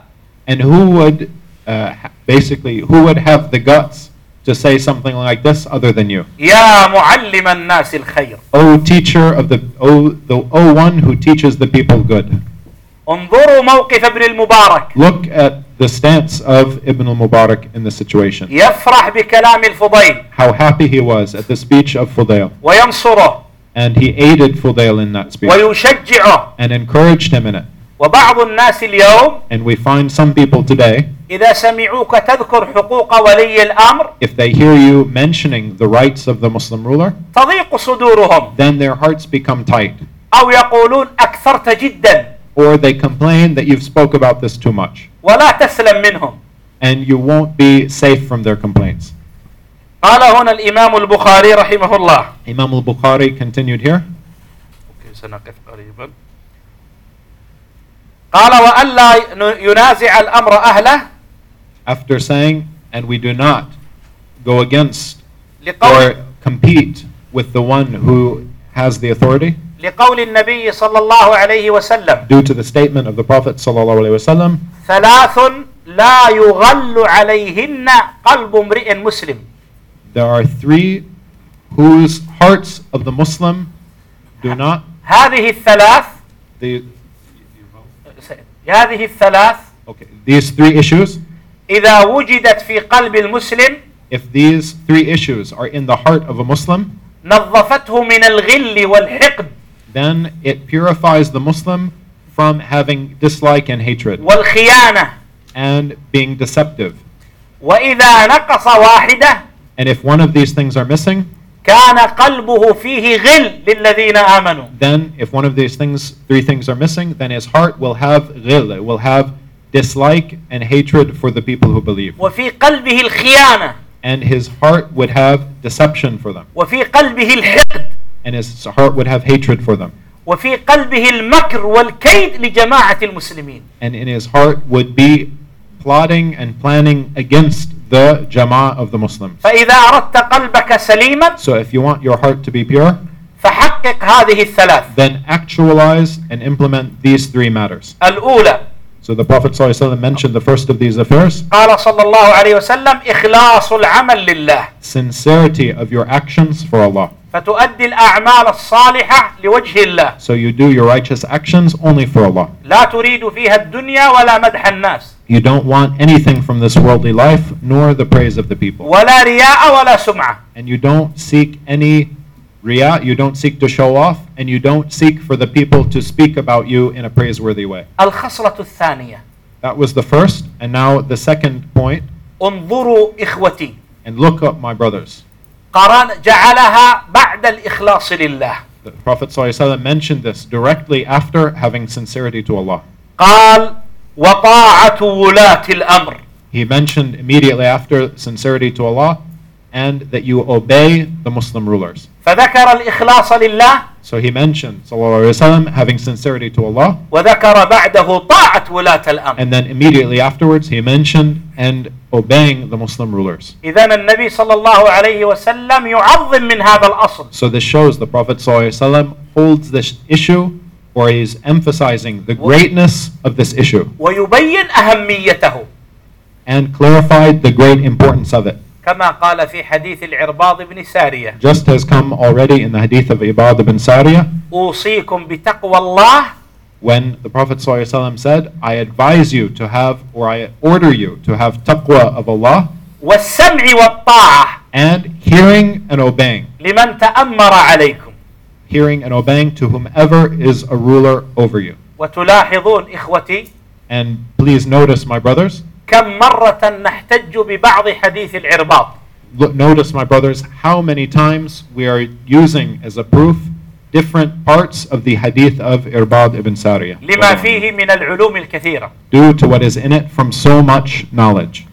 Speaker 2: and who would, uh, ha- basically, who would have the guts to say something like this other than you.
Speaker 1: يا معلم الناس الخير
Speaker 2: O teacher of the O the O one who teaches the people good.
Speaker 1: انظروا موقف ابن المبارك
Speaker 2: Look at the stance of Ibn al-Mubarak in this situation.
Speaker 1: يفرح بكلام الفضيل
Speaker 2: How happy he was at the speech of Fudail,
Speaker 1: وينصره
Speaker 2: and he aided Fudail in that speech
Speaker 1: ويشجعه
Speaker 2: and encouraged him in it.
Speaker 1: وبعض الناس اليوم
Speaker 2: And we find some people today,
Speaker 1: إذا سمعوك تذكر حقوق ولي الأمر
Speaker 2: if they hear you mentioning the rights of the Muslim ruler,
Speaker 1: تضيق صدورهم
Speaker 2: then their hearts become tight,
Speaker 1: أو يقولون أكثرت جدا
Speaker 2: or they complain that you've spoke about this too much,
Speaker 1: ولا تسلم منهم
Speaker 2: and you won't be safe from their complaints.
Speaker 1: قال هنا الإمام البخاري رحمه الله
Speaker 2: Imam al-Bukhari continued here.
Speaker 1: أوكي، سنقف قريبا قال وألا ين- ينازع الأمر أهله
Speaker 2: after saying, and we do not go against
Speaker 1: لقول,
Speaker 2: or compete with the one who has the authority,
Speaker 1: لقول النبي صلى الله عليه وسلم
Speaker 2: due to the statement of the Prophet ﷺ,
Speaker 1: ثلاث لا يغل عليهن قلب امرئ مسلم
Speaker 2: there are three whose hearts of the Muslim do not,
Speaker 1: هذه الثلاث
Speaker 2: the,
Speaker 1: هذه الثلاث
Speaker 2: okay, these three issues,
Speaker 1: إذا وجدت في قلب المسلم
Speaker 2: if these three issues are in the heart of a Muslim,
Speaker 1: نظفته من الغل والحقد
Speaker 2: then it purifies the Muslim from having dislike and hatred
Speaker 1: والخيانة
Speaker 2: and being deceptive.
Speaker 1: وإذا نقص واحدة
Speaker 2: And if one of these things are missing,
Speaker 1: كان قلبه فيه غل للذين آمنوا
Speaker 2: then if one of these things, three things are missing, then his heart will have ghil, will have dislike and hatred for the people who believe.
Speaker 1: وفي قلبه الخيانة
Speaker 2: And his heart would have deception for them.
Speaker 1: وفي قلبه الحقد
Speaker 2: And his heart would have hatred for them.
Speaker 1: وفي قلبه المكر والكيد لجماعة المسلمين
Speaker 2: And in his heart would be plotting and planning against the jama'ah of the Muslims.
Speaker 1: فإذا أردت قلبك سليما
Speaker 2: So if you want your heart to be pure,
Speaker 1: فحقق هذه الثلاث
Speaker 2: then actualize and implement these three matters.
Speaker 1: الأولى
Speaker 2: So the Prophet ﷺ mentioned the first of these affairs
Speaker 1: قال صلى الله عليه وسلم إخلاص العمل لله
Speaker 2: sincerity of your actions for Allah.
Speaker 1: فتؤدي الأعمال الصالحة لوجه الله
Speaker 2: So you do your righteous actions only for Allah.
Speaker 1: لا تريد فيها الدنيا ولا مدح الناس
Speaker 2: You don't want anything from this worldly life nor the praise of the people.
Speaker 1: ولا رياء ولا سمعة
Speaker 2: And you don't seek any riya, you don't seek to show off, and you don't seek for the people to speak about you in a praiseworthy way.
Speaker 1: الخصلة الثانية
Speaker 2: That was the first, and now the second point,
Speaker 1: انظروا إخوتي
Speaker 2: and look up my brothers.
Speaker 1: قرن جعلها بعد الإخلاص لله
Speaker 2: The Prophet ﷺ mentioned this directly after having sincerity to Allah.
Speaker 1: قال وطاعة ولاة الأمر
Speaker 2: He mentioned immediately after sincerity to Allah and that you obey the Muslim rulers.
Speaker 1: فذكر الإخلاص لله
Speaker 2: So he mentioned sallallahu alaihi wasallam having sincerity to Allah,
Speaker 1: وذكر بعده طاعة ولاة الأمر
Speaker 2: and then immediately afterwards he mentioned and obeying the Muslim rulers.
Speaker 1: إذا النبي صلى الله عليه وسلم يعظم من هذا الأصل
Speaker 2: So this shows the Prophet sallallahu alaihi wasallam holds this issue, or he's emphasizing the greatness of this issue
Speaker 1: ويبين أهميته
Speaker 2: and clarified the great importance of it.
Speaker 1: كما قال في حديث العرباض بن سارية
Speaker 2: Just has come already in the hadith of Ibad ibn Sariyah
Speaker 1: أوصيكم بتقوى الله
Speaker 2: when the Prophet sallallahu alaihi wasallam said, "I advise you to have, or I order you to have taqwa of Allah
Speaker 1: والسمع والطاعة
Speaker 2: and hearing and obeying."
Speaker 1: لمن تأمر عليكم
Speaker 2: hearing and obeying to whomever is a ruler over you.
Speaker 1: وتلاحظون إخوتي
Speaker 2: And please notice, my brothers,
Speaker 1: كم مرة نحتج ببعض حديث العرباض
Speaker 2: look, notice, my brothers, how many times we are using as a proof different parts of the hadith of Irbad ibn Sariyah.
Speaker 1: لما فيه من العلوم الكثيرة
Speaker 2: Due to what is in it from so much knowledge.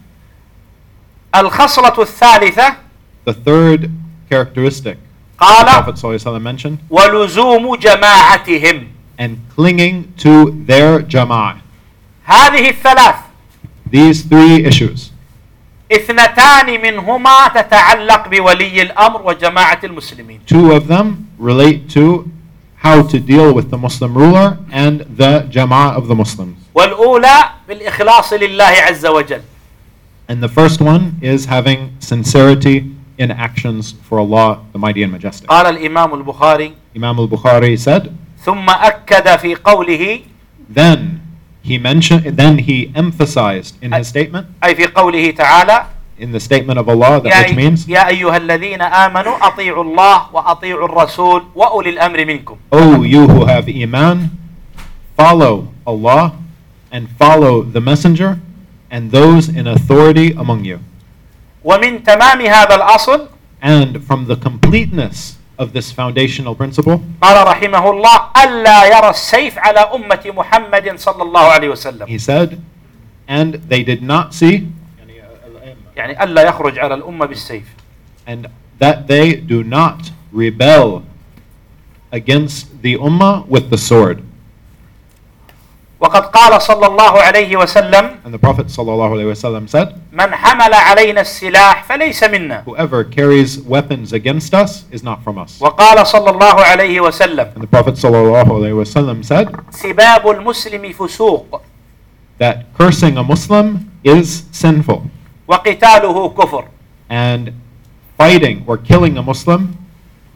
Speaker 1: الخصلة الثالثة
Speaker 2: The third characteristic the
Speaker 1: قال
Speaker 2: Prophet ﷺ mentioned,
Speaker 1: ولزوم جماعتهم
Speaker 2: and clinging to their jama'ah.
Speaker 1: هذه الثلاث
Speaker 2: These three issues.
Speaker 1: اثنتان منهما تتعلق بولي الأمر وجماعة المسلمين
Speaker 2: Two of them relate to how to deal with the Muslim ruler and the Jama'ah of the Muslims.
Speaker 1: والأولى بالإخلاص لله عز وجل
Speaker 2: And the first one is having sincerity in actions for Allah, the Mighty and Majestic.
Speaker 1: قال الإمام البخاري
Speaker 2: Imam al-Bukhari said,
Speaker 1: ثم أكد في قوله
Speaker 2: then he mentioned, then he emphasized in his statement,
Speaker 1: أي في قوله تعالى
Speaker 2: in the statement of Allah,
Speaker 1: يا,
Speaker 2: that which means,
Speaker 1: يا أيها الذين آمنوا أطيعوا الله وأطيعوا الرسول وأولي الأمر منكم
Speaker 2: O "Oh, you who have iman, follow Allah and follow the Messenger and those in authority among you.
Speaker 1: ومن تمام هذا الأصل
Speaker 2: And from the completeness of this foundational principle,
Speaker 1: قال رحمه الله ألا يرى السيف على أمة محمد صلى الله عليه وسلم
Speaker 2: he said, and they did not see,
Speaker 1: يعني ألا يخرج على الأمة بالسيف
Speaker 2: and that they do not rebel against the ummah with the sword.
Speaker 1: وقد قال صلى الله عليه وسلم
Speaker 2: And the Prophet ﷺ said,
Speaker 1: من حمل علينا السلاح فليس منا
Speaker 2: Whoever carries weapons against us is not from us.
Speaker 1: وقال صلى الله عليه وسلم
Speaker 2: And the Prophet ﷺ said,
Speaker 1: سباب المسلم فسوق
Speaker 2: that cursing a Muslim is sinful,
Speaker 1: وقتاله كفر
Speaker 2: and fighting or killing a Muslim,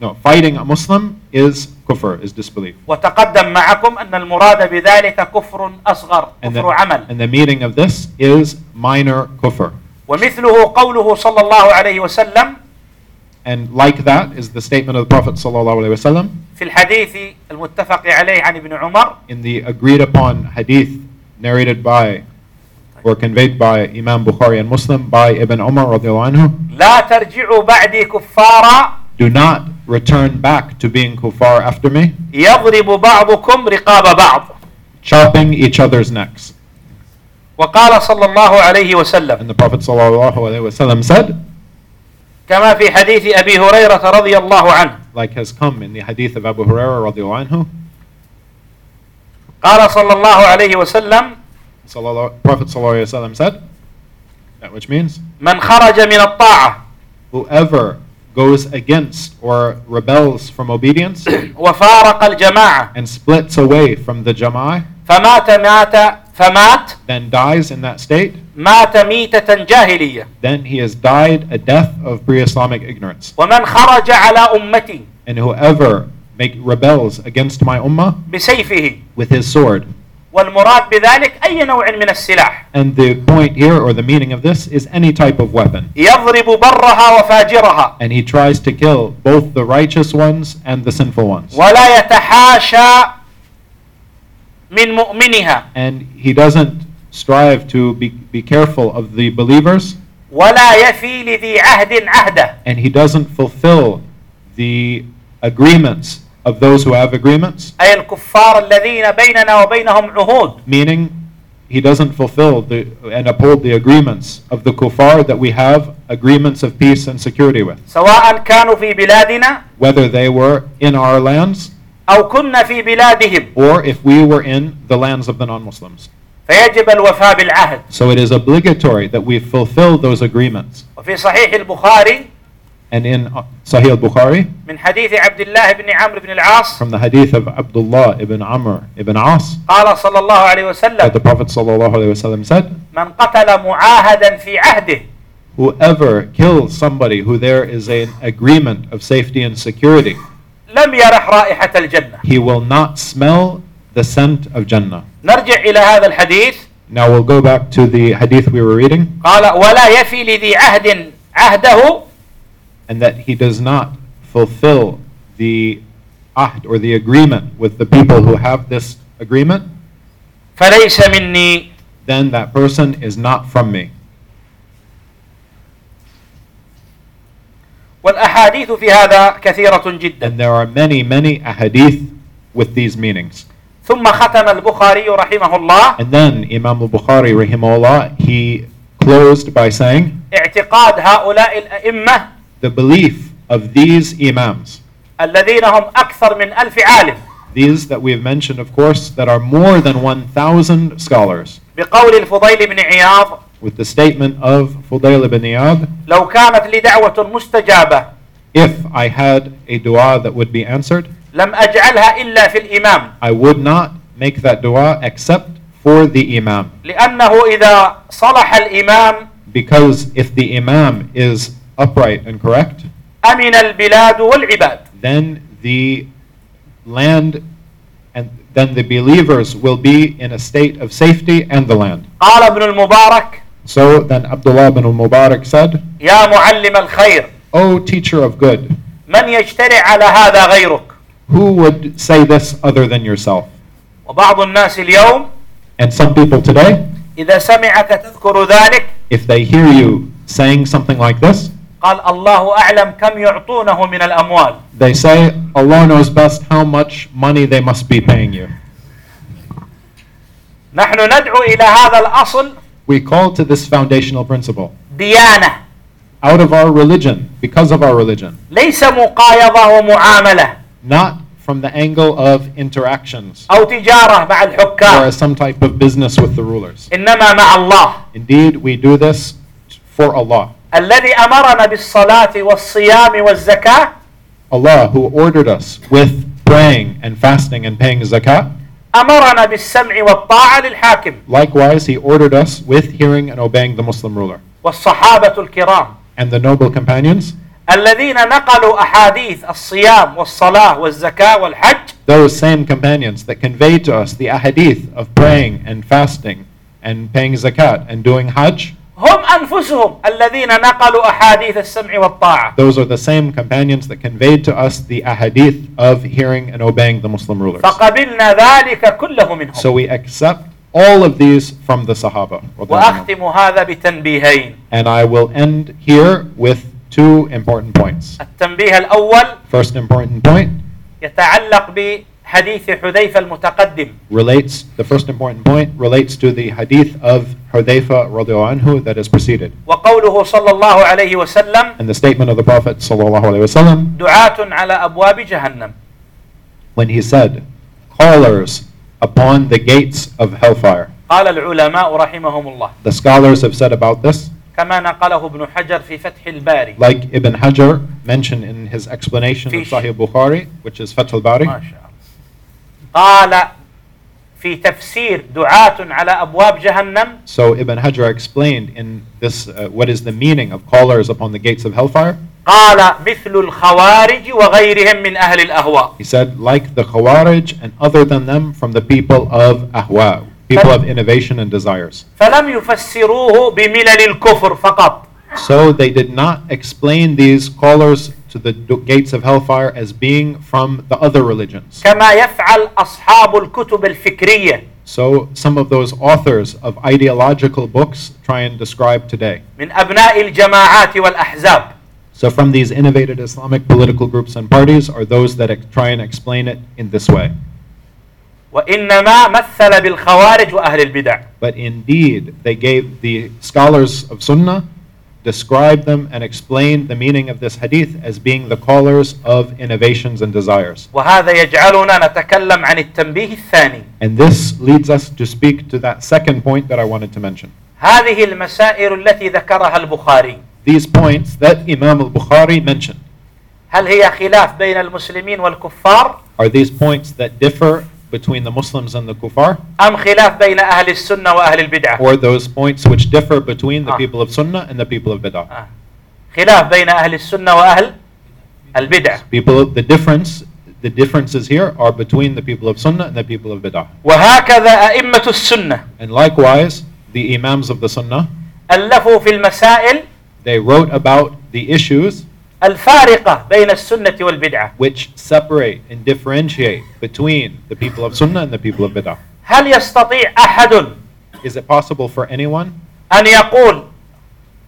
Speaker 2: no, fighting a Muslim is kufr, is disbelief.
Speaker 1: وتقدم معكم أن المراد بذلك كفر أصغر
Speaker 2: And the,
Speaker 1: كفر عمل
Speaker 2: and the meaning of this is minor kufr.
Speaker 1: ومثله قوله صلى الله عليه وسلم
Speaker 2: And like that is the statement of the Prophet ﷺ
Speaker 1: في الحديث المتفق عليه عن ابن عمر
Speaker 2: in the agreed upon hadith narrated by or conveyed by Imam Bukhari and Muslim by Ibn Umar radiallahu anhu.
Speaker 1: لا ترجعوا بعدي كفارا
Speaker 2: Do not return back to being kuffar after me,
Speaker 1: يضرب بعضكم رقاب بعض
Speaker 2: chopping each other's necks.
Speaker 1: وقال صلى الله عليه وسلم
Speaker 2: And the Prophet ﷺ said,
Speaker 1: كما في حديث أبي هريرة رضي الله عنه
Speaker 2: like has come in the hadith of Abu Hurairah radiallahu anhu,
Speaker 1: قال صلى الله عليه وسلم
Speaker 2: sallallahu- Prophet ﷺ said, that which means,
Speaker 1: من خرج من الطاعة
Speaker 2: whoever goes against or rebels from obedience
Speaker 1: وفارق الجماعة
Speaker 2: and splits away from the jama'ah,
Speaker 1: فمات مات فمات
Speaker 2: then dies in that state,
Speaker 1: مات ميتة جاهلية
Speaker 2: then he has died a death of pre-Islamic ignorance.
Speaker 1: ومن خرج على أمتي
Speaker 2: And whoever make, rebels against my ummah
Speaker 1: بسيفه
Speaker 2: with his sword.
Speaker 1: والمراد بذلك أي نوع من السلاح
Speaker 2: And the point here, or the meaning of this, is any type of weapon.
Speaker 1: يضرب برها وفاجرها
Speaker 2: and he tries to kill both the righteous ones and the sinful ones.
Speaker 1: ولا يتحاشى من مؤمنها
Speaker 2: And he doesn't strive to be, be careful of the believers,
Speaker 1: ولا يفي لذي عهد عهده
Speaker 2: and he doesn't fulfill the agreements of those who have agreements,
Speaker 1: أي الكفار الذين بيننا وبينهم عهود
Speaker 2: meaning he doesn't fulfill the, and uphold the agreements of the kuffar that we have agreements of peace and security with,
Speaker 1: سواء كانوا في بلادنا
Speaker 2: whether they were in our lands
Speaker 1: أو كنا في بلادهم
Speaker 2: or if we were in the lands of the non Muslims.
Speaker 1: فيجب الوفاء بالعهد
Speaker 2: So it is obligatory that we fulfill those agreements.
Speaker 1: وفي صحيح البخاري
Speaker 2: And in uh, Sahih al-Bukhari,
Speaker 1: من حديث عبد الله بن عمرو بن العاص
Speaker 2: from the hadith of Abdullah ibn Amr ibn As,
Speaker 1: قال صلى الله عليه
Speaker 2: that the
Speaker 1: وسلم
Speaker 2: Prophet ﷺ said,
Speaker 1: من قتل معاهدا في عهده
Speaker 2: Whoever kills somebody who there is an agreement of safety and security,
Speaker 1: لم يرح رائحة الجنة
Speaker 2: he will not smell the scent of Jannah.
Speaker 1: نرجع إلى هذا الحديث
Speaker 2: Now we'll go back to the hadith we were reading,
Speaker 1: قال ولا يفي لذي عهد عهده
Speaker 2: and that he does not fulfill the ahd or the agreement with the people who have this agreement,
Speaker 1: فليس مني
Speaker 2: then that person is not from me.
Speaker 1: والأحاديث في هذا كثيرة جدا
Speaker 2: And there are many, many ahadith with these meanings.
Speaker 1: ثم ختم البخاري رحمه الله
Speaker 2: And then Imam al-Bukhari, rahimahullah, he closed by saying,
Speaker 1: اعتقاد هؤلاء الأئمة
Speaker 2: the belief of these imams,
Speaker 1: الذين هم أكثر من ألف عالم
Speaker 2: these that we have mentioned, of course, that are more than 1,000 scholars,
Speaker 1: بقول الفضيل بن عياض
Speaker 2: with the statement of Fudayl ibn Iyad,
Speaker 1: لو كانت لي دعوة مستجابة
Speaker 2: if I had a dua that would be answered,
Speaker 1: لم أجعلها إلا في الإمام
Speaker 2: I would not make that dua except for the imam.
Speaker 1: لأنه إذا صلح الإمام
Speaker 2: Because if the imam is upright and correct,
Speaker 1: أمن البلاد والعباد
Speaker 2: then the land and then the believers will be in a state of safety and the land.
Speaker 1: قال ابن المبارك
Speaker 2: So then Abdullah bin al-Mubarak said,
Speaker 1: يا معلم الخير
Speaker 2: O teacher of good,
Speaker 1: من يجترئ على هذا غيرك
Speaker 2: who would say this other than yourself?
Speaker 1: وبعض الناس اليوم
Speaker 2: And some people today,
Speaker 1: إذا سمعك تذكر ذلك
Speaker 2: if they hear you saying something like this,
Speaker 1: قال الله أعلم كم يعطونه من الأموال
Speaker 2: they say, Allah knows best how much money they must be paying you.
Speaker 1: نحن ندعو إلى هذا الأصل
Speaker 2: We call to this foundational principle
Speaker 1: ديانة
Speaker 2: out of our religion, because of our religion,
Speaker 1: ليس مقايضة ومعاملة
Speaker 2: not from the angle of interactions
Speaker 1: أو تجارة مع
Speaker 2: or
Speaker 1: الحكام
Speaker 2: as some type of business with the rulers.
Speaker 1: إنما مع الله
Speaker 2: Indeed, we do this for Allah.
Speaker 1: الذي أمرنا بالصلاة والصيام والزكاة
Speaker 2: Allah, who ordered us with praying and fasting and paying zakat,
Speaker 1: أمرنا بالسمع والطاعة للحاكم
Speaker 2: likewise, He ordered us with hearing and obeying the Muslim ruler.
Speaker 1: والصحابة الكرام
Speaker 2: And the noble companions,
Speaker 1: الذين نقلوا أحاديث الصيام والصلاة والزكاة والحج
Speaker 2: those same companions that conveyed to us the ahadith of praying and fasting and paying zakat and doing hajj,
Speaker 1: هم أنفسهم الذين نقلوا أحاديث السمع والطاعة
Speaker 2: those are the same companions that conveyed to us the ahadith of hearing and obeying the Muslim rulers.
Speaker 1: فقبلنا ذلك كله
Speaker 2: So
Speaker 1: منهم
Speaker 2: we accept all of these from the Sahaba.
Speaker 1: وأختم هذا بتنبيهين
Speaker 2: And I will end here with two important points.
Speaker 1: التنبيه الأول
Speaker 2: First important point
Speaker 1: يتعلق بحديث حذيفة المتقدم
Speaker 2: relates the first important point relates to the hadith of Hudayfa radiallahu anhu that is preceded.
Speaker 1: وقوله صلى الله عليه وسلم
Speaker 2: And the statement of the Prophet sallallahu alaihi wasallam
Speaker 1: دعاة على أبواب جهنم
Speaker 2: when he said, Callers upon the gates of hellfire.
Speaker 1: قال العلماء رحمهم الله
Speaker 2: The scholars have said about this,
Speaker 1: كما نقله ابن حجر في فتح الباري
Speaker 2: like Ibn Hajar mentioned in his explanation of
Speaker 1: Fish.
Speaker 2: Sahih Bukhari, which is Fath al Bari.
Speaker 1: ما شاء الله قال في تفسير دعاة على أبواب جهنم
Speaker 2: So Ibn Hajar explained in this uh, what is the meaning of callers upon the gates of hellfire.
Speaker 1: قال مثل الخوارج وغيرهم من أهل الأهواء
Speaker 2: He said, like the Khawarij and other than them from the people of Ahwa, people of innovation and desires.
Speaker 1: فلم يفسروه بملل الكفر فقط
Speaker 2: So they did not explain these callers to the d- gates of hellfire as being from the other religions.
Speaker 1: كما يفعل أصحاب الكتب الفكرية
Speaker 2: So some of those authors of ideological books try and describe today.
Speaker 1: من أبناء الجماعات والأحزاب
Speaker 2: So from these innovated Islamic political groups and parties are those that ex- try and explain it in this way.
Speaker 1: وإنما مثل بالخوارج وأهل البدع
Speaker 2: But indeed, they gave the scholars of Sunnah, described them and explained the meaning of this hadith as being the callers of innovations and desires.
Speaker 1: وهذا يجعلنا نتكلم عن التنبيه الثاني
Speaker 2: And this leads us to speak to that second point that I wanted to mention.
Speaker 1: هذه المسائل التي ذكرها البخاري
Speaker 2: These points that Imam al Bukhari mentioned
Speaker 1: هل هي خلاف بين المسلمين والكفار
Speaker 2: are these points that differ between the Muslims and the kuffar,
Speaker 1: أم خلاف بين أهل السنة وأهل البدعة
Speaker 2: or those points which differ between the
Speaker 1: Ah.
Speaker 2: people of Sunnah and the people of Bid'ah.
Speaker 1: آه. خلاف بين أهل السنة وأهل البدعة
Speaker 2: People, the difference, the differences here are between the people of Sunnah and the people of Bid'ah.
Speaker 1: وهكذا أئمة السنة
Speaker 2: And likewise, the Imams of the Sunnah,
Speaker 1: ألفوا في المسائل
Speaker 2: they wrote about the issues
Speaker 1: الفارقة بين السنة والبدعة
Speaker 2: which separate and differentiate between the people of Sunnah and the people of Bid'ah.
Speaker 1: هل يستطيع أحد
Speaker 2: Is it possible for anyone
Speaker 1: أن يقول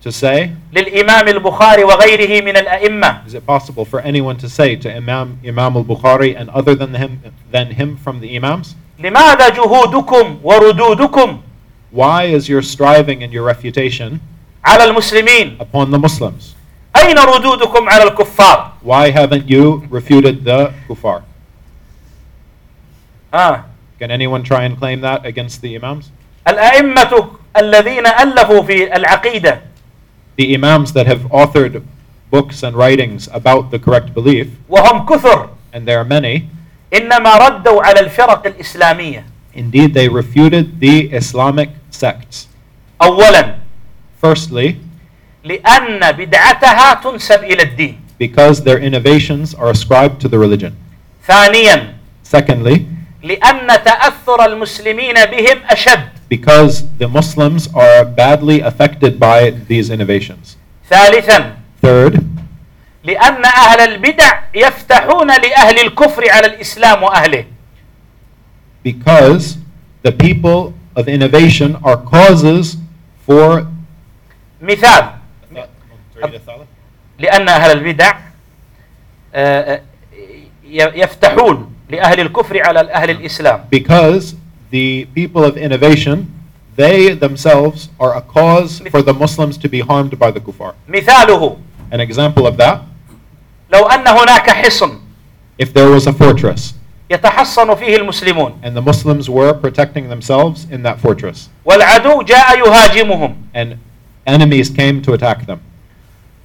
Speaker 2: to say,
Speaker 1: للإمام البخاري وغيره من الأئمة
Speaker 2: is it possible for anyone to say to Imam, Imam al-Bukhari and other than him, than him from the Imams,
Speaker 1: لماذا جهودكم وردودكم
Speaker 2: why is your striving and your refutation
Speaker 1: على المسلمين
Speaker 2: upon the Muslims?
Speaker 1: أين ردودكم على الكفار
Speaker 2: Why haven't you refuted the kuffar?
Speaker 1: آه.
Speaker 2: Can anyone try and claim that against the Imams?
Speaker 1: الأئمة الذين ألفوا في العقيدة
Speaker 2: the imams that have authored books and writings about the correct belief,
Speaker 1: وهم كثر
Speaker 2: and there are many,
Speaker 1: إنما ردوا على الفرق الإسلامية
Speaker 2: indeed they refuted the Islamic sects.
Speaker 1: أولا
Speaker 2: Firstly,
Speaker 1: لأن بدعتها تنسب إلى الدين
Speaker 2: because their innovations are ascribed to the religion.
Speaker 1: ثانيا
Speaker 2: Secondly,
Speaker 1: لأن تأثر المسلمين بهم أشد
Speaker 2: because the Muslims are badly affected by these innovations.
Speaker 1: ثالثا
Speaker 2: Third,
Speaker 1: لأن أهل البدع يفتحون لأهل الكفر على الإسلام وأهله
Speaker 2: because the people of innovation are causes for.
Speaker 1: مثال لأن أهل البدع آه، آه، ي- يفتحون لأهل الكفر على أهل الإسلام
Speaker 2: Because the people of innovation, they themselves are a cause for the Muslims to be harmed by the kuffar.
Speaker 1: مثاله
Speaker 2: An example of that,
Speaker 1: لو أن هناك حصن
Speaker 2: if there was a fortress
Speaker 1: يتحصن فيه المسلمون
Speaker 2: and the Muslims were protecting themselves in that fortress
Speaker 1: والعدو جاء يهاجمهم
Speaker 2: and enemies came to attack them.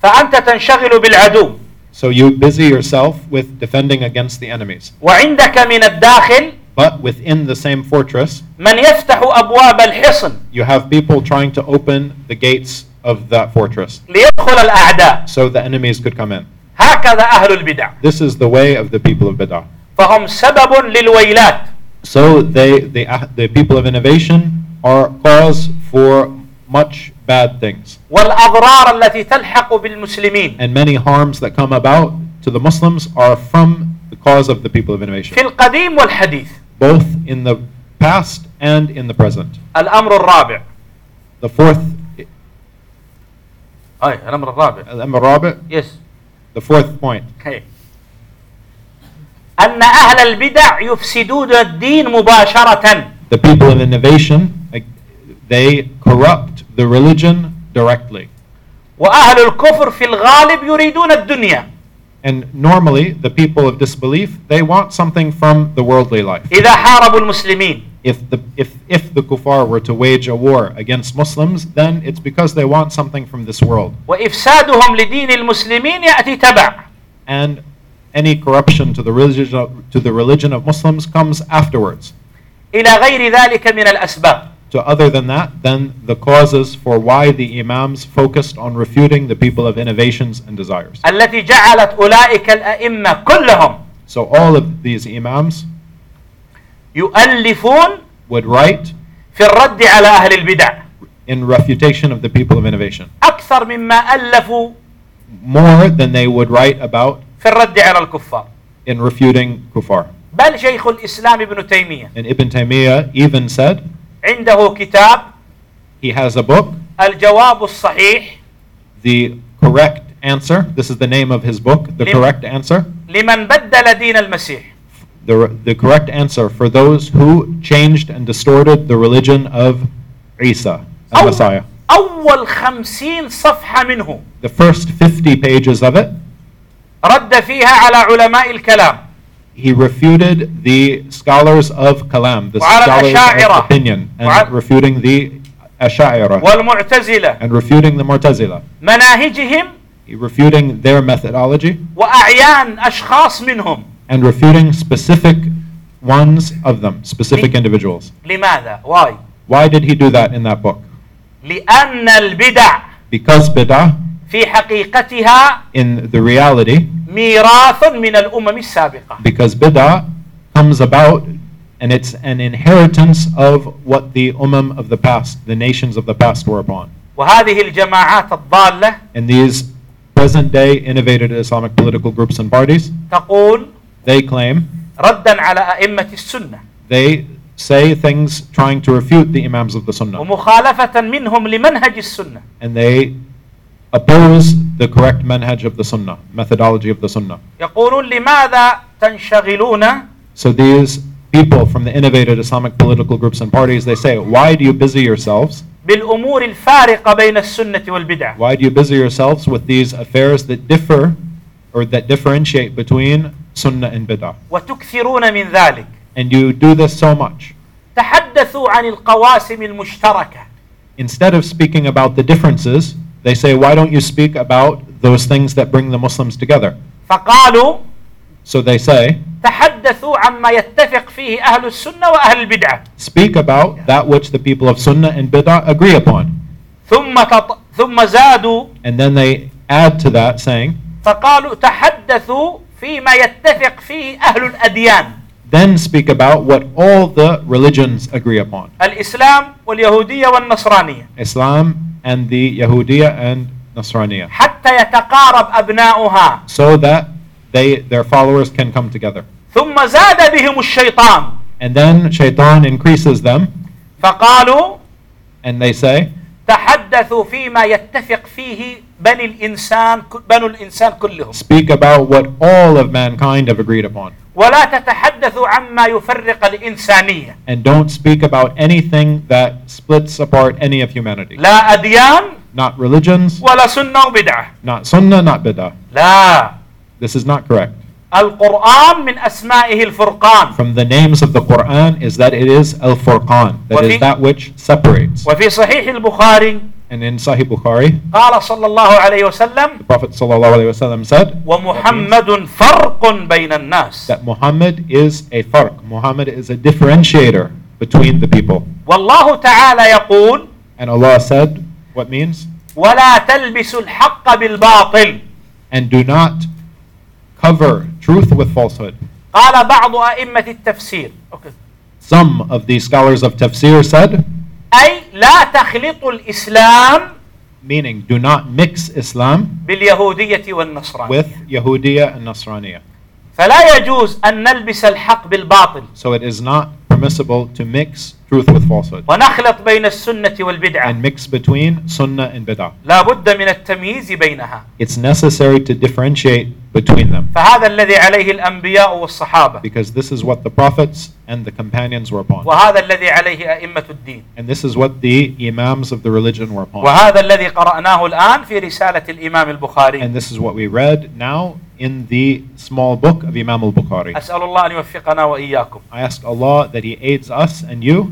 Speaker 1: فأنت تنشغل بالعدو
Speaker 2: So you busy yourself with defending against the enemies.
Speaker 1: وعندك من الداخل
Speaker 2: But within the same fortress,
Speaker 1: من يفتح أبواب الحصن
Speaker 2: you have people trying to open the gates of that fortress
Speaker 1: ليدخل الأعداء
Speaker 2: so the enemies could come in.
Speaker 1: هكذا أهل البدع
Speaker 2: This is the way of the people of bid'ah.
Speaker 1: فهم سبب للويلات
Speaker 2: So they, the, ah- the people of innovation are cause for much bad things
Speaker 1: والأضرار التي تلحق بالمسلمين
Speaker 2: and many harms that come about to the Muslims are from the cause of the people of
Speaker 1: في
Speaker 2: innovation,
Speaker 1: القديم والحديث
Speaker 2: both in the past and in the present.
Speaker 1: الأمر الرابع
Speaker 2: The fourth,
Speaker 1: أي الأمر الرابع
Speaker 2: Al-Amr Rabi',
Speaker 1: يس
Speaker 2: the fourth point.
Speaker 1: هي. أن أهل البدع يفسدون الدين مباشرة
Speaker 2: The people of innovation, like, they corrupt the religion directly.
Speaker 1: وأهل الكفر في الغالب يريدون الدنيا
Speaker 2: And normally, the people of disbelief, they want something from the worldly life.
Speaker 1: إذا حاربوا المسلمين
Speaker 2: If the, if, if the kuffar were to wage a war against Muslims, then it's because they want something from this world.
Speaker 1: وإفسادهم لدين المسلمين يأتي تبع
Speaker 2: And any corruption to the religion, to the religion of Muslims comes afterwards.
Speaker 1: إلى غير ذلك من الأسباب
Speaker 2: To other than that, then the causes for why the imams focused on refuting the people of innovations and desires.
Speaker 1: التي جعلت أولئك الأئمة كلهم
Speaker 2: So all of these imams
Speaker 1: يؤلفون
Speaker 2: would write
Speaker 1: في الرد على أهل البدع
Speaker 2: in refutation of the people of innovation
Speaker 1: أكثر مما ألفوا
Speaker 2: more than they would write about
Speaker 1: في الرد على الكفار
Speaker 2: in refuting kuffar.
Speaker 1: بل شيخ الإسلام ابن تيمية
Speaker 2: And Ibn Taymiyyah even said
Speaker 1: عنده كتاب
Speaker 2: he has a book,
Speaker 1: الجواب الصحيح
Speaker 2: The Correct Answer. This is the name of his book, The
Speaker 1: Lim-
Speaker 2: Correct Answer.
Speaker 1: لمن بدل دين المسيح
Speaker 2: The, the correct answer for those who changed and distorted the religion of Isa,
Speaker 1: Oh!
Speaker 2: the Messiah.
Speaker 1: أول خمسين صفحة منه
Speaker 2: The first 50 pages of it,
Speaker 1: رد فيها على علماء الكلام
Speaker 2: he refuted the scholars of Kalam, the
Speaker 1: وعلى
Speaker 2: scholars
Speaker 1: الأشاعرة.
Speaker 2: of opinion, and
Speaker 1: وعلى-
Speaker 2: refuting the Asha'ira.
Speaker 1: والمعتزلة
Speaker 2: and refuting the Mu'tazila.
Speaker 1: مناهجهم
Speaker 2: Refuting their methodology
Speaker 1: وأعيان أشخاص منهم
Speaker 2: and refuting specific ones of them, specific
Speaker 1: Me-
Speaker 2: individuals.
Speaker 1: لماذا؟ واي
Speaker 2: Why did he do that in that book?
Speaker 1: لأن البدع
Speaker 2: Because bid'ah,
Speaker 1: في حقيقتها
Speaker 2: in the reality,
Speaker 1: ميراث من الأمم السابقة
Speaker 2: because bid'ah comes about and it's an inheritance of what the ummah of the past, the nations of the past were upon.
Speaker 1: وهذه الجماعات الضالة
Speaker 2: And these present day innovated Islamic political groups and parties,
Speaker 1: تقول
Speaker 2: they claim,
Speaker 1: ردا على أئمة السنة
Speaker 2: they say things trying to refute the Imams of the Sunnah.
Speaker 1: ومخالفة منهم لمنهج السنة
Speaker 2: and they oppose the correct manhaj of the sunnah, methodology of the sunnah.
Speaker 1: يقولون لماذا تنشغلون
Speaker 2: So these people from the innovated Islamic political groups and parties, they say, why do you busy yourselves?
Speaker 1: بالأمور الفارقة بين السنة والبدعة
Speaker 2: Why do you busy yourselves with these affairs that differ or that differentiate between sunnah and bid'ah?
Speaker 1: وتكثرون من ذلك
Speaker 2: And you do this so much.
Speaker 1: تحدثوا عن القواسم المشتركة
Speaker 2: Instead of speaking about the differences, they say, why don't you speak about those things that bring the Muslims together?
Speaker 1: فقالوا
Speaker 2: So they say,
Speaker 1: تحدثوا عما يتفق فيه أهل السنة وأهل البدعة
Speaker 2: speak about that which the people of sunnah and bid'ah agree upon.
Speaker 1: ثم تط... ثم زادوا
Speaker 2: And then they add to that saying,
Speaker 1: فقالوا تحدثوا فيما يتفق فيه أهل الأديان
Speaker 2: then speak about what all the religions agree upon
Speaker 1: الإسلام واليهودية والنصرانية
Speaker 2: Islam and the Yahudiya and Nasraniya,
Speaker 1: حتى يتقارب أبناؤها
Speaker 2: so that they, their followers can come together.
Speaker 1: ثم زاد بهم الشيطان
Speaker 2: And then Shaitan increases them,
Speaker 1: فقالوا
Speaker 2: and they say,
Speaker 1: تحدثوا فيما يتفق فيه بني الإنسان بنو الإنسان كلهم
Speaker 2: Speak about what all of mankind have agreed upon,
Speaker 1: ولا تتحدثوا عما يفرق الإنسانية
Speaker 2: and don't speak about anything that splits apart any of humanity.
Speaker 1: لا أديان
Speaker 2: Not religions,
Speaker 1: ولا سنة وبدعة
Speaker 2: not sunnah, not bid'ah.
Speaker 1: لا
Speaker 2: This is not correct.
Speaker 1: القرآن من أسمائه الفرقان
Speaker 2: From the names of the Quran is that it is Al Furqan, that
Speaker 1: وفي-
Speaker 2: is that which separates.
Speaker 1: وفي صحيح البخاري
Speaker 2: And in Sahih Bukhari,
Speaker 1: قال صلى الله عليه وسلم
Speaker 2: Prophet ﷺ said,
Speaker 1: ومحمد فرق بين الناس
Speaker 2: that Muhammad is a farq. Muhammad is a differentiator between the people.
Speaker 1: والله تعالى يقول
Speaker 2: And Allah said, what means?
Speaker 1: ولا تلبسوا الحق بالباطل
Speaker 2: And do not cover truth with falsehood.
Speaker 1: قال بعض أئمة التفسير أوكي.
Speaker 2: Some of the scholars of tafsir said,
Speaker 1: أي لا تخلطوا الإسلام
Speaker 2: meaning do not mix Islam
Speaker 1: باليهودية والنصرانية
Speaker 2: with Yahudiya and Nasraniya.
Speaker 1: فلا يجوز أن نلبس الحق بالباطل
Speaker 2: So it is not permissible to mix truth with falsehood
Speaker 1: ونخلط بين السنة والبدعة
Speaker 2: and mix between sunnah and bid'ah.
Speaker 1: لا بد من التمييز بينها
Speaker 2: It's necessary to differentiate between them
Speaker 1: فهذا الذي عليه الأنبياء والصحابة
Speaker 2: because this is what the prophets and the companions were upon.
Speaker 1: وهذا الذي عليه أئمة الدين
Speaker 2: And this is what the imams of the religion were upon.
Speaker 1: وهذا الذي قرأناه الآن في رسالة الإمام البخاري
Speaker 2: And this is what we read now in the small book of Imam al Bukhari.
Speaker 1: أسأل الله أن يوفقنا وإياكم
Speaker 2: I ask Allah that He aids us and you,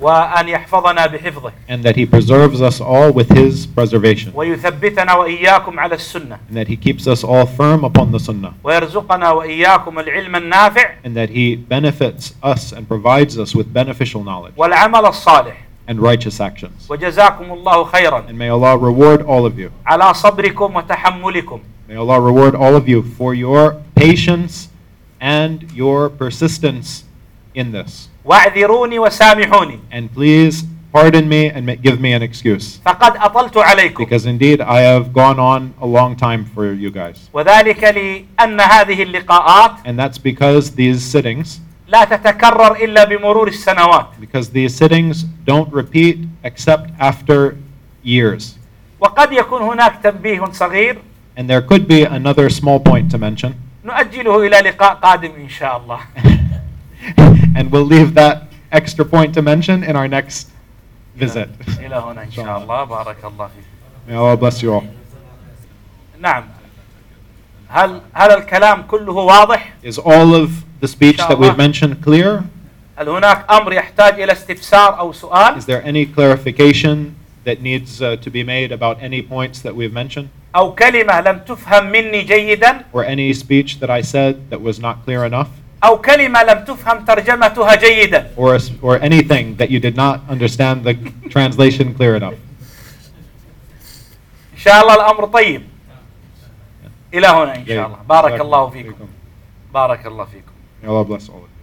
Speaker 1: وأن يحفظنا بحفظه
Speaker 2: and that He preserves us all with His preservation,
Speaker 1: ويثبتنا وإياكم على السنة
Speaker 2: and that He keeps us all firm upon the Sunnah,
Speaker 1: ويرزقنا وإياكم العلم النافع
Speaker 2: and that He benefits us and provides us with beneficial knowledge
Speaker 1: والعمل الصالح
Speaker 2: and righteous actions.
Speaker 1: وجزاكم الله خيرا
Speaker 2: And may Allah reward all of you.
Speaker 1: على صبركم وتحملكم
Speaker 2: May Allah reward all of you for your patience and your persistence in this.
Speaker 1: واعذروني وسامحوني
Speaker 2: and please pardon me and ma- give me an excuse
Speaker 1: فقد أطلت عليكم
Speaker 2: because indeed I have gone on a long time for you guys.
Speaker 1: وذلك لأن هذه اللقاءات
Speaker 2: And that's because these sittings,
Speaker 1: لا تتكرر إلا بمرور السنوات
Speaker 2: because these sittings don't repeat except after years.
Speaker 1: وقد يكون هناك تنبيه صغير
Speaker 2: And there could be another small point to mention, [LAUGHS]
Speaker 1: نؤجله إلى لقاء قادم إن شاء الله [LAUGHS]
Speaker 2: and we'll leave that extra point to mention in our next visit.
Speaker 1: إلى هنا إن شاء الله بارك الله فيك
Speaker 2: May Allah bless you all.
Speaker 1: نعم هل هل الكلام كله واضح؟
Speaker 2: Is all of the speech that
Speaker 1: Inshallah.
Speaker 2: we've mentioned clear?
Speaker 1: هل هناك أمر يحتاج إلى استفسار أو سؤال
Speaker 2: Is there any clarification that needs uh, to be made about any points that we've mentioned?
Speaker 1: أو كلمة لم تفهم مني جيدا
Speaker 2: Or any speech that I said that was not clear enough?
Speaker 1: أو كلمة لم تفهم ترجمتها جيدا
Speaker 2: Or, a s- or anything that you did not understand the translation clear enough?
Speaker 1: إن شاء الله الأمر طيب إلى هنا إن
Speaker 2: Yeah.
Speaker 1: شاء الله بارك الله
Speaker 2: Barakallahu
Speaker 1: فيكم
Speaker 2: feekum.
Speaker 1: بارك الله فيكم
Speaker 2: May Allah bless all of you.